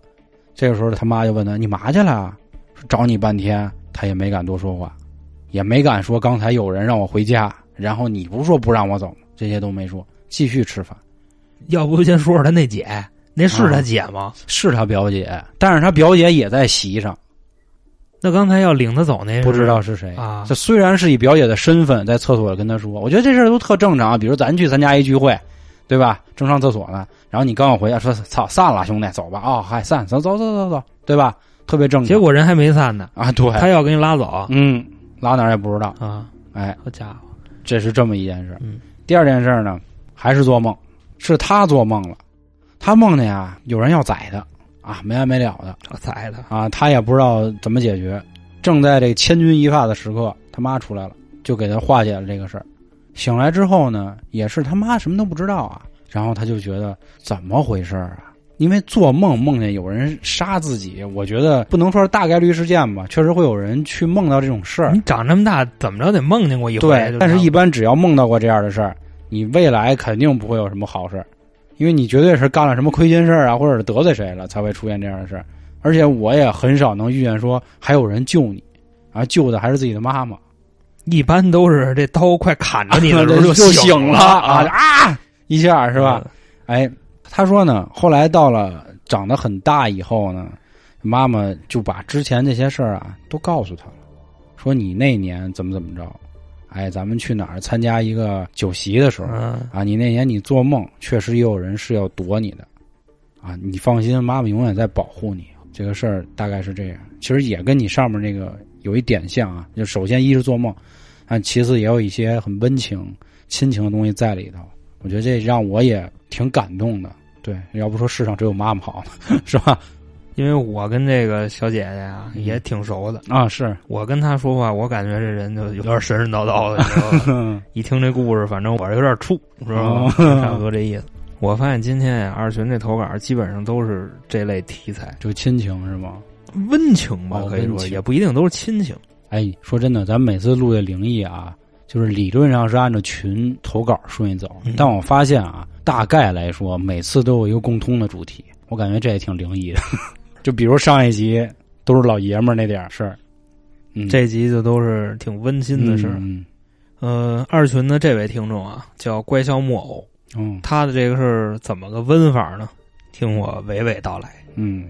这个时候他妈就问他：“你嘛去了？”说找你半天，他也没敢多说话，也没敢说刚才有人让我回家，然后你不是说不让我走吗？这些都没说，继续吃饭。要不先说说他那姐，那是他姐吗？是他表姐，但是他表姐也在席上，那刚才要领他走那是不知道是谁啊这虽然是以表姐的身份在厕所跟她说，我觉得这事儿都特正常。比如咱去参加一聚会，对吧？正上厕所呢，然后你刚要回家，说操散了，兄弟，走吧，哦，嗨，散，走走走走走，对吧？特别正常。结果人还没散呢，啊，对，他要给你拉走嗯，拉哪儿也不知道。啊，哎，好家伙，这是这么一件事。嗯，第二件事儿呢，还是做梦，是他做梦了，他梦见呀有人要宰他啊，没完没了的。好宰他，啊，他也不知道怎么解决。正在这千钧一发的时刻，他妈出来了，就给他化解了这个事儿。醒来之后呢，也是他妈什么都不知道啊，然后他就觉得怎么回事儿啊？因为做梦梦见有人杀自己，我觉得不能说是大概率事件吧，确实会有人去梦到这种事儿你。长这么大怎么着得梦见过一回，对就，但是差一般只要梦到过这样的事儿，你未来肯定不会有什么好事儿，因为你绝对是干了什么亏心事儿啊，或者是得罪谁了，才会出现这样的事儿。而且我也很少能遇见说还有人救你，啊，救的还是自己的妈妈，一般都是这刀快砍着你的时这 就候醒了啊啊，啊一下是吧？？哎，他说呢，后来到了长得很大以后呢，妈妈就把之前这些事儿啊都告诉他了，说你那年怎么怎么着，哎，咱们去哪儿参加一个酒席的时候嗯，啊，你那年你做梦，确实也有人是要躲你的，啊，你放心，妈妈永远在保护你。这个事儿大概是这样，其实也跟你上面那个有一点像啊，就首先一是做梦，啊，其次也有一些很温情、亲情的东西在里头。我觉得这让我也挺感动的。对，要不说世上只有妈妈好 呢，是吧？因为我跟这个小姐姐啊嗯也挺熟的，啊，是，我跟她说话，我感觉这人就有点神神叨叨的，你知道吧？ 嗯一听这故事，反正我是有点怵，知道吗？哦差不多这意思。我发现今天呀，二群这投稿基本上都是这类题材，就亲情是吗？温情吧哦，可以温说情也不一定都是亲情。哎，说真的，咱每次录的灵异啊，就是理论上是按照群投稿顺序走，嗯但我发现啊，大概来说，每次都有一个共通的主题，我感觉这也挺灵异的。 就比如上一集都是老爷们儿那点儿事儿，嗯，这集就都是挺温馨的事儿。嗯呃，二群的这位听众啊，叫乖笑木偶，嗯他的这个事儿怎么个温法呢？听我娓娓道来，嗯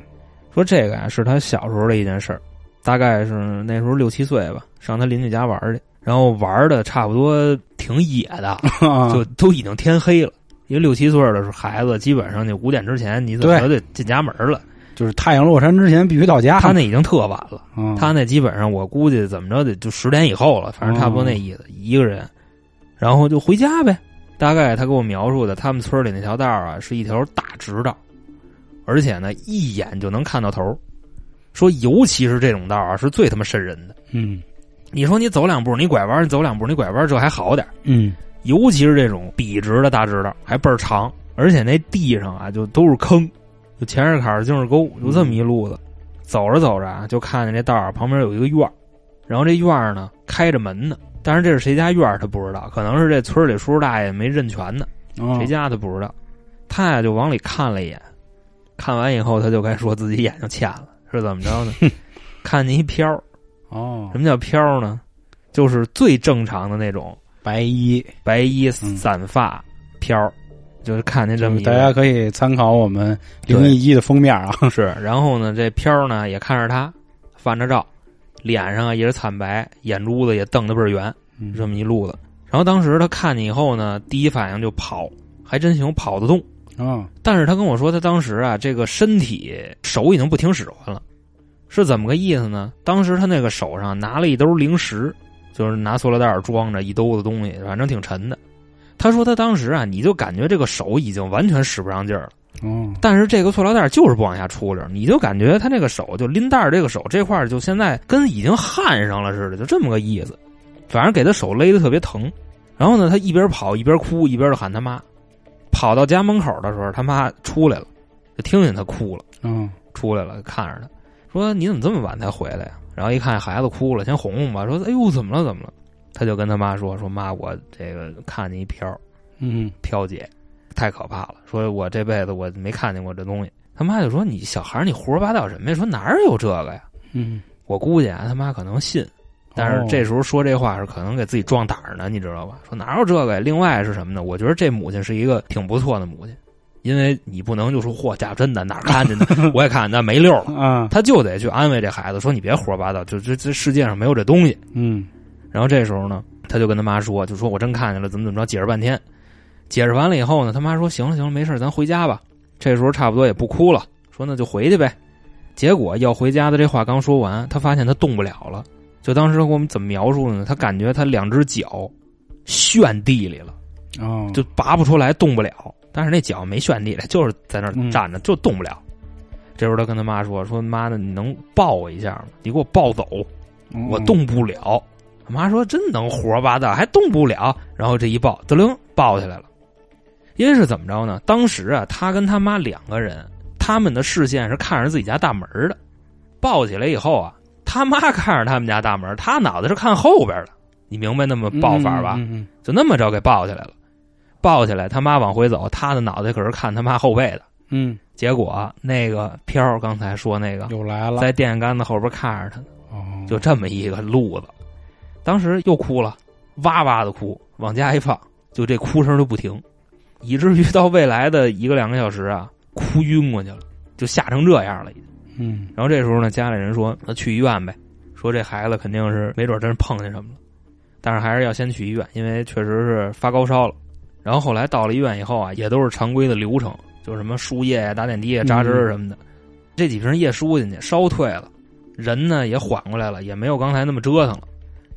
说这个啊是他小时候的一件事儿，大概是那时候六七岁吧，上他邻居家玩儿去，然后玩儿的差不多挺野的，嗯，就都已经天黑了。因为六七岁的时候，孩子基本上就五点之前，你怎么对着得进家门了。就是太阳落山之前必须到家。他那已经特晚了，嗯他那基本上我估计怎么着得就十点以后了，反正差不多那意思，一个人，然后就回家呗。大概他给我描述的，他们村里那条道啊，是一条大直道，而且呢一眼就能看到头儿。说尤其是这种道啊，是最他妈瘆人的。嗯你说你走两步，你拐弯；你走两步，你拐弯，这还好点儿嗯尤其是这种笔直的大直道，还倍儿长，而且那地上啊就都是坑，就前是坎儿，就是沟，就这么一路子。走着走着啊，就看见这道儿旁边有一个院儿，然后这院儿呢开着门呢，但是这是谁家院儿他不知道，可能是这村儿里叔叔大爷没认全呢，嗯，谁家他不知道。他呀就往里看了一眼，看完以后他就该说自己眼睛欠了，是怎么着呢？看见一飘儿，哦什，么叫飘儿呢？就是最正常的那种白衣，白衣散发飘儿，就是看见这么一嗯大个家可以参考我们零一一的封面啊。是。然后呢，这飘儿呢也看着他，翻着照，脸上啊也是惨白，眼珠子也瞪得倍儿圆，嗯这么一路子。然后当时他看见以后呢，第一反应就跑，还真行，跑得动。啊，但是他跟我说，他当时啊，这个身体手已经不听使唤了，是怎么个意思呢？当时他那个手上拿了一兜零食，就是拿塑料袋装着一兜子东西，反正挺沉的。他说他当时啊，你就感觉这个手已经完全使不上劲儿了，哦，但是这个塑料袋就是不往下出溜儿，你就感觉他这个手就拎袋儿这个手这块儿就现在跟已经焊上了似的，就这么个意思。反正给他手勒得特别疼。然后呢，他一边跑一边哭，一边就喊他妈。跑到家门口的时候，他妈出来了，就听见他哭了，嗯出来了，看着他说：“你怎么这么晚才回来呀、然后一看孩子哭了，先哄哄吧。说：“哎呦，怎么了？怎么了？”他就跟他妈说：“说妈，我这个看见一飘。”嗯飘姐，太可怕了。说我这辈子我没看见过这东西。他妈就说你小孩儿你胡说八道什么呀？说哪儿有这个呀？嗯，我估计啊，他妈可能信，但是哦这时候说这话是可能给自己壮胆儿呢，你知道吧？说哪有这个呀？另外是什么呢？我觉得这母亲是一个挺不错的母亲，因为你不能就说嚯，假真的哪儿看见的，我也看见，但没溜儿了。啊，他就得去安慰这孩子，说你别胡说八道，就这这世界上没有这东西。嗯然后这时候呢，他就跟他妈说，就说我真看见了，怎么怎么着，解释半天，解释完了以后呢，他妈说行了行了，没事儿，咱回家吧。这时候差不多也不哭了，说那就回去呗。结果要回家的这话刚说完，他发现他动不了了。就当时给我们怎么描述的呢？他感觉他两只脚陷地里了，哦，就拔不出来，动不了。但是那脚没陷地里，就是在那儿站着，就动不了。这时候他跟他妈说：“说妈的，你能抱我一下吗？你给我抱走。”嗯我动不了。我妈说真能胡说八道，还动不了。然后这一抱，得灵抱起来了。因为是怎么着呢？当时啊，他跟他妈两个人，他们的视线是看着自己家大门的。抱起来以后啊，他妈看着他们家大门，他脑袋是看后边的。你明白那么抱法吧？嗯嗯就那么着给抱起来了。抱起来，他妈往回走，他的脑袋可是看他妈后背的。嗯，结果啊那个飘儿刚才说那个又来了，在电线杆子后边看着他呢，哦，就这么一个路子，当时又哭了，哇哇的哭，往家一放，就这哭声就不停，以至于到未来的一个两个小时啊，哭晕过去了，就吓成这样了已经。嗯然后这时候呢，家里人说那去医院呗，说这孩子肯定是没准真是碰见什么了，但是还是要先去医院，因为确实是发高烧了。然后后来到了医院以后啊，也都是常规的流程，就是什么输液呀、打点滴呀、扎针儿什么的。这几瓶液输进去，烧退了，人呢也缓过来了，也没有刚才那么折腾了。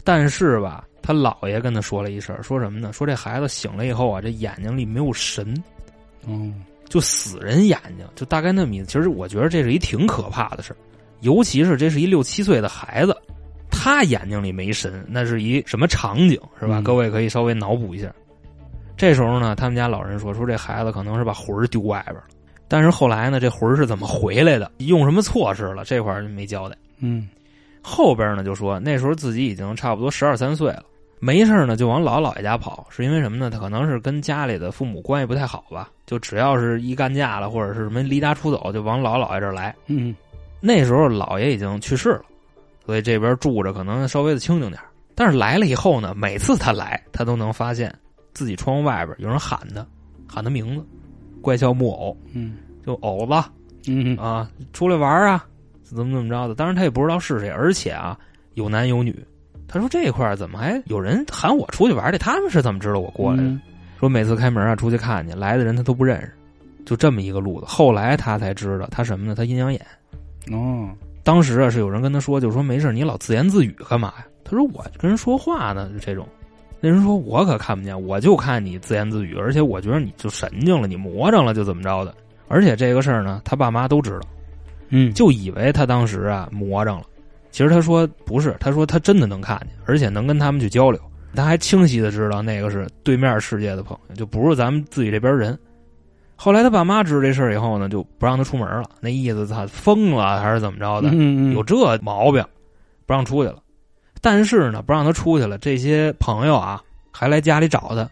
但是吧，他姥爷跟他说了一声，说什么呢？说这孩子醒了以后啊，这眼睛里没有神，哦，就死人眼睛，就大概那么意思。其实我觉得这是一挺可怕的事儿尤其是这是一六七岁的孩子，他眼睛里没神，那是一什么场景是吧？嗯各位可以稍微脑补一下。这时候呢，他们家老人说说这孩子可能是把魂儿丢外边了，但是后来呢，这魂儿是怎么回来的，用什么措施了，这块儿没交代。嗯后边呢就说那时候自己已经差不多十二三岁了，没事儿呢就往姥姥姥爷家跑，是因为什么呢？他可能是跟家里的父母关系不太好吧，就只要是一干架了或者是什么离家出走，就往姥姥姥爷这儿来。嗯那时候姥爷已经去世了，所以这边住着可能稍微的清静点儿但是来了以后呢，每次他来，他都能发现自己窗户外边有人喊他，喊他名字，怪叫木偶，嗯就偶子，嗯啊，出来玩儿啊，怎么怎么着的。当然他也不知道是谁，而且啊，有男有女。他说这块儿怎么还有人喊我出去玩儿去？他们是怎么知道我过来的？嗯说每次开门啊，出去看去，来的人他都不认识，就这么一个路子。后来他才知道，他什么呢？他阴阳眼。哦，当时啊，是有人跟他说，就说没事，你老自言自语干嘛呀？他说我跟人说话呢，就这种。那人说我可看不见，我就看你自言自语，而且我觉得你就神经了，你魔怔了，就怎么着的。而且这个事儿呢，他爸妈都知道。嗯就以为他当时啊魔怔了。其实他说不是，他说他真的能看见，而且能跟他们去交流。他还清晰的知道那个是对面世界的朋友，就不是咱们自己这边人。后来他爸妈知道这事儿以后呢，就不让他出门了，那意思他疯了还是怎么着的，嗯有这毛病，不让出去了。但是呢，不让他出去了，这些朋友啊还来家里找他。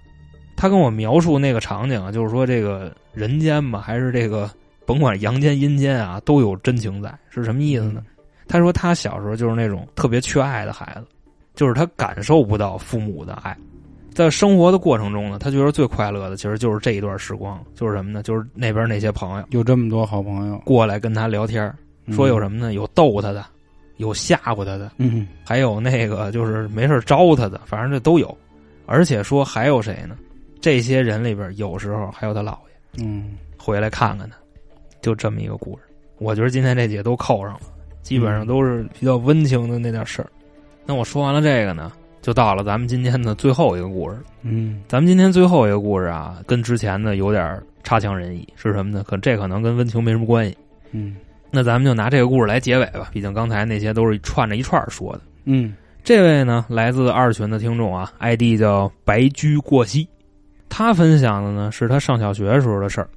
他跟我描述那个场景啊，就是说这个人间嘛，还是这个甭管阳间阴间啊，都有真情在，是什么意思呢？嗯他说他小时候就是那种特别缺爱的孩子，就是他感受不到父母的爱。在生活的过程中呢，他觉得最快乐的其实就是这一段时光，就是什么呢？就是那边那些朋友有这么多好朋友，过来跟他聊天儿，说有什么呢？有逗他的，有吓唬他的，嗯还有那个就是没事儿招他的，反正这都有。而且说还有谁呢？这些人里边有时候还有他姥爷嗯回来看看他，就这么一个故事。我觉得今天这节都扣上了，基本上都是比较温情的那点事儿。那我说完了这个呢，就到了咱们今天的最后一个故事。嗯咱们今天最后一个故事啊，跟之前的有点差强人意，是什么呢？可这可能跟温情没什么关系。嗯那咱们就拿这个故事来结尾吧，毕竟刚才那些都是串着一串儿说的。嗯这位呢，来自二群的听众啊，ID 叫白驹过隙，他分享的呢是他上小学时候的事儿。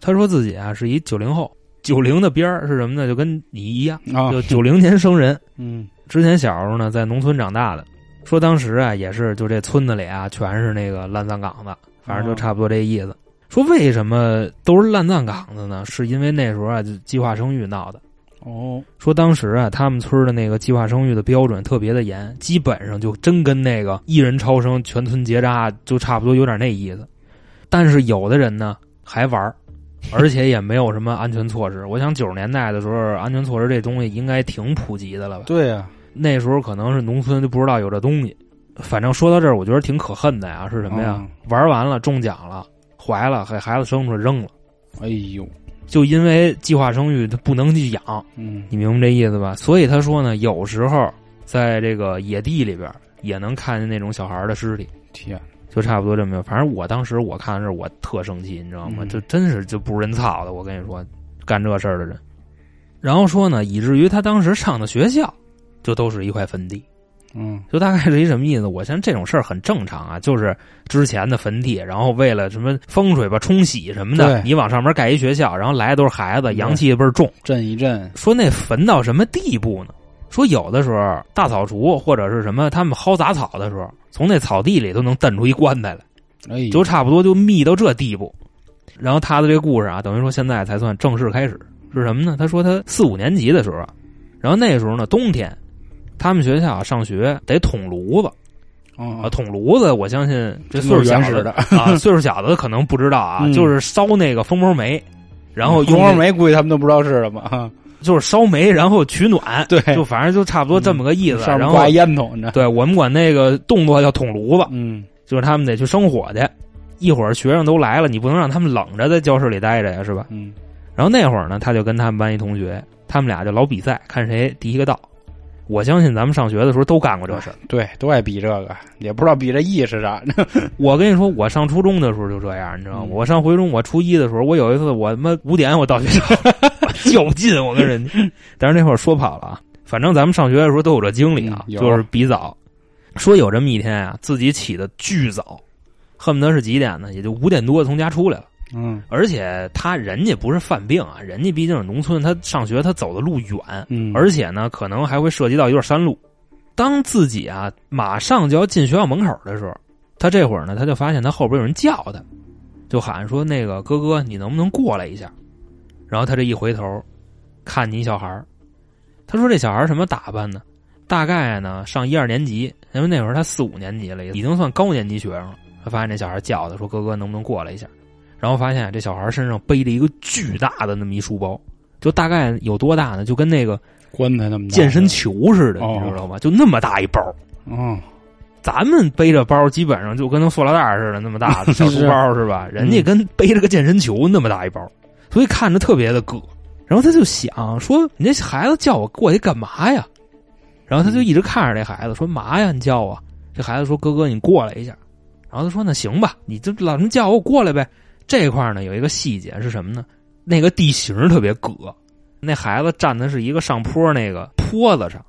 他说自己啊是一九零后，九零的边儿是什么呢？就跟你一样，啊就九零年生人。嗯之前小时候呢，在农村长大的，说当时啊也是就这村子里啊全是那个烂葬岗子，反啊正就差不多这意思。说为什么都是烂葬岗子呢？是因为那时候啊就计划生育闹的。哦说当时啊，他们村儿的那个计划生育的标准特别的严，基本上就真跟那个一人超生、全村结扎就差不多，有点那意思。但是有的人呢还玩儿，而且也没有什么安全措施。我想九十年代的时候，安全措施这东西应该挺普及的了吧？对呀那时候可能是农村就不知道有这东西。反正说到这儿，我觉得挺可恨的呀，是什么呀？嗯玩完了中奖了，怀了，给孩子生出来扔了，哎呦就因为计划生育它不能去养。嗯你明白这意思吧？所以他说呢，有时候在这个野地里边儿也能看见那种小孩儿的尸体，天就差不多这么样。反正我当时我看这我特生气，你知道吗？嗯这真是就不是人操的，我跟你说，干这事儿的人。然后说呢，以至于他当时上的学校，就都是一块坟地，嗯就大概是一什么意思？我想这种事儿很正常啊，就是之前的坟地，然后为了什么风水吧、冲洗什么的，对你往上面盖一学校，然后来的都是孩子，对阳气倍儿重。震一震说那坟到什么地步呢？说有的时候大扫除或者是什么，他们薅杂草的时候，从那草地里都能蹬出一棺材来。哎呦，就差不多就密到这地步。然后他的这个故事啊，等于说现在才算正式开始，是什么呢？他说他四五年级的时候啊，然后那时候呢冬天，他们学校啊上学得捅炉子啊，啊，捅炉子，我相信这岁数小原始的的，啊，岁数小的可能不知道啊，嗯就是烧那个蜂窝煤，然后蜂用窝那煤估计他们都不知道是什么啊，就是烧煤，然后取暖，对，就反正就差不多这么个意思。哎嗯上面然后挂烟筒呢，对我们管那个动作叫捅炉子，嗯，就是他们得去生火去。一会儿学生都来了，你不能让他们冷着在教室里待着呀，是吧？嗯，然后那会儿呢，他就跟他们班一同学，他们俩就老比赛，看谁第一个到。我相信咱们上学的时候都干过这事儿。对，都爱比这个，也不知道比这意是 啥，我跟你说，我上初中的时候就这样，你知道吗？嗯我上回中，我初一的时候，我有一次我他妈五点我到学 校较劲，我跟人家。但是那会儿说跑了啊，反正咱们上学的时候都有这经历啊，嗯有就是比早。说有这么一天啊，自己起的巨早，恨不得是几点呢？也就五点多从家出来了。嗯而且他人家不是犯病啊，人家毕竟是农村，他上学他走的路远，嗯，而且呢，可能还会涉及到一段山路。当自己啊马上就要进学校门口的时候，他这会儿呢，他就发现他后边有人叫他，就喊说：“那个哥哥，你能不能过来一下？”然后他这一回头，看你小孩儿他说这小孩儿什么打扮呢？大概呢上一二年级，因为那会儿他四五年级了，已经算高年级学生了。他发现这小孩儿叫他说：“哥哥，能不能过来一下？”然后发现啊这小孩儿身上背着一个巨大的那么一书包，就大概有多大呢？就跟那个棺材那么大健身，球似的，哦你知道吗？就那么大一包，嗯，咱们背着包基本上就跟那塑料袋儿似的那么大的小书包是吧？人家跟背着个健身球那么大一包，所以看着特别的硌。然后他就想说：“你这孩子叫我过去干嘛呀？”然后他就一直看着这孩子说：“嘛呀，你叫我？”这孩子说：“哥哥，你过来一下。”然后他说：“那行吧，你就老这么叫我，我过来呗。”这块儿呢有一个细节是什么呢？那个地形特别硌，那孩子站的是一个上坡那个坡子上。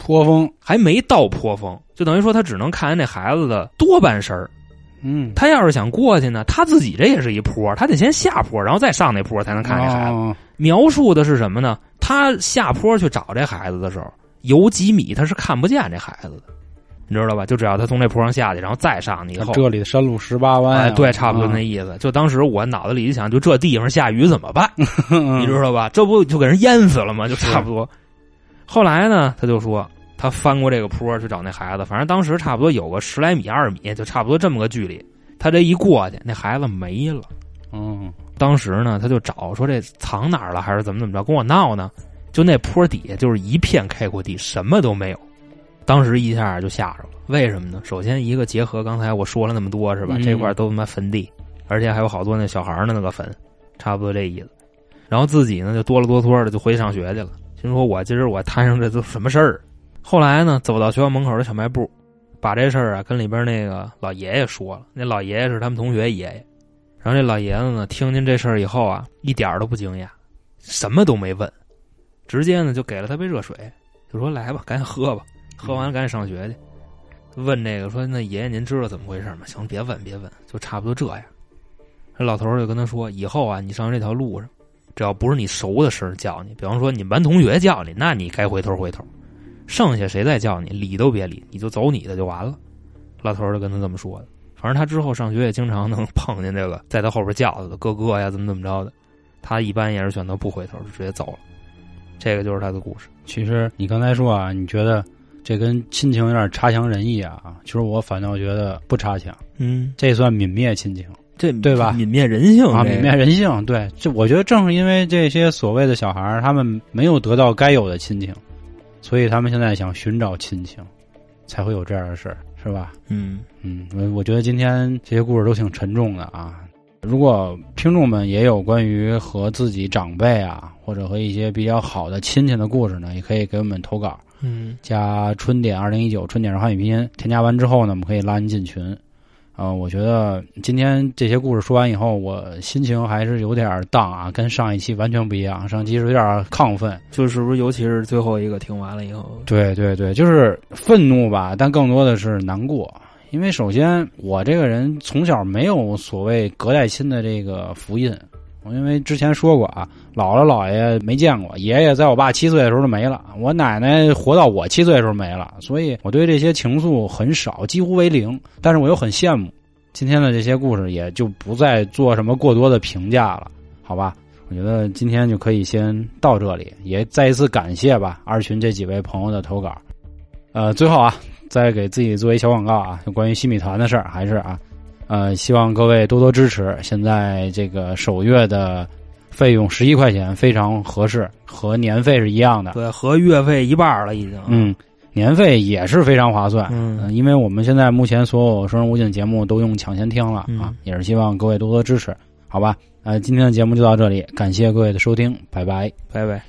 颇风，还没到坡峰，就等于说他只能看见那孩子的多半身儿。嗯，他要是想过去呢，他自己这也是一坡，他得先下坡，然后再上那坡才能看见孩子。哦描述的是什么呢？他下坡去找这孩子的时候，有几米他是看不见这孩子的，你知道吧？就只要他从这坡上下去，然后再上去以后，这里的山路十八弯哎，啊，对，差不多啊那意思。就当时我脑子里一想，就这地方下雨怎 么办？嗯你知道吧？这不就给人淹死了吗？就差不多。后来呢，他就说他翻过这个坡去找那孩子，反正当时差不多有个十来米、二十米，就差不多这么个距离。他这一过去，那孩子没了。嗯，当时呢，他就找说这藏哪儿了，还是怎么怎么着，跟我闹呢？就那坡底下就是一片开阔地，什么都没有。当时一下就吓着了，为什么呢？首先一个结合刚才我说了那么多是吧？嗯这块都他妈坟地，而且还有好多那小孩儿的那个坟，差不多这意思。然后自己呢就哆了哆嗦的就回上学去了，心说我今儿我摊上这都什么事儿？后来呢，走到学校门口的小卖部，把这事儿啊跟里边那个老爷爷说了。那老爷爷是他们同学爷爷，然后这老爷子呢听见这事儿以后啊，一点儿都不惊讶，什么都没问，直接呢就给了他杯热水，就说来吧，赶紧喝吧，喝完了赶紧上学去。问这个说那爷爷您知道怎么回事吗？行，别问别问，就差不多这样。这老头儿就跟他说，以后啊，你上这条路上，只要不是你熟的声儿叫你，比方说你们班同学叫你，那你该回头回头，剩下谁再叫你，理都别理，你就走你的就完了。老头儿就跟他这么说的。反正他之后上学也经常能 碰见这个在他后边叫他的哥哥呀，怎么怎么着的。他一般也是选择不回头，就直接走了。这个就是他的故事。其实你刚才说啊，你觉得这跟亲情有点差强人意啊？其实我反倒觉得不差强，嗯，这算泯灭亲情这对吧泯灭人性 啊，这个泯灭人性。对，这我觉得正是因为这些所谓的小孩儿，他们没有得到该有的亲情，所以他们现在想寻找亲情，才会有这样的事儿，是吧？嗯，嗯，我我觉得今天这些故事都挺沉重的啊。如果听众们也有关于和自己长辈啊，或者和一些比较好的亲戚的故事呢，也可以给我们投稿。嗯，加春点二零一九，春点是汉语拼音。添加完之后呢，我们可以拉您进群。啊、我觉得今天这些故事说完以后，我心情还是有点儿荡啊，跟上一期完全不一样。上期是有点儿亢奋，就是不是，尤其是最后一个听完了以后，对对对，就是愤怒吧，但更多的是难过。因为首先我这个人从小没有所谓隔代亲的这个福音，我因为之前说过啊，姥姥姥爷没见过，爷爷在我爸七岁的时候就没了，我奶奶活到我七岁的时候没了，所以我对这些情愫很少，几乎为零。但是我又很羡慕，今天的这些故事也就不再做什么过多的评价了，好吧？我觉得今天就可以先到这里，也再一次感谢吧二群这几位朋友的投稿。呃，最后啊，再给自己做一小广告啊，就关于新米团的事儿，还是啊，呃，希望各位多多支持。现在这个首月的费用十一块钱非常合适，和年费是一样的。对，和月费一半了已经。嗯，年费也是非常划算。嗯呃因为我们现在目前所有《生人勿近》节目都用抢先听了啊嗯，也是希望各位多多支持，好吧？呃，今天的节目就到这里，感谢各位的收听，拜拜。拜拜。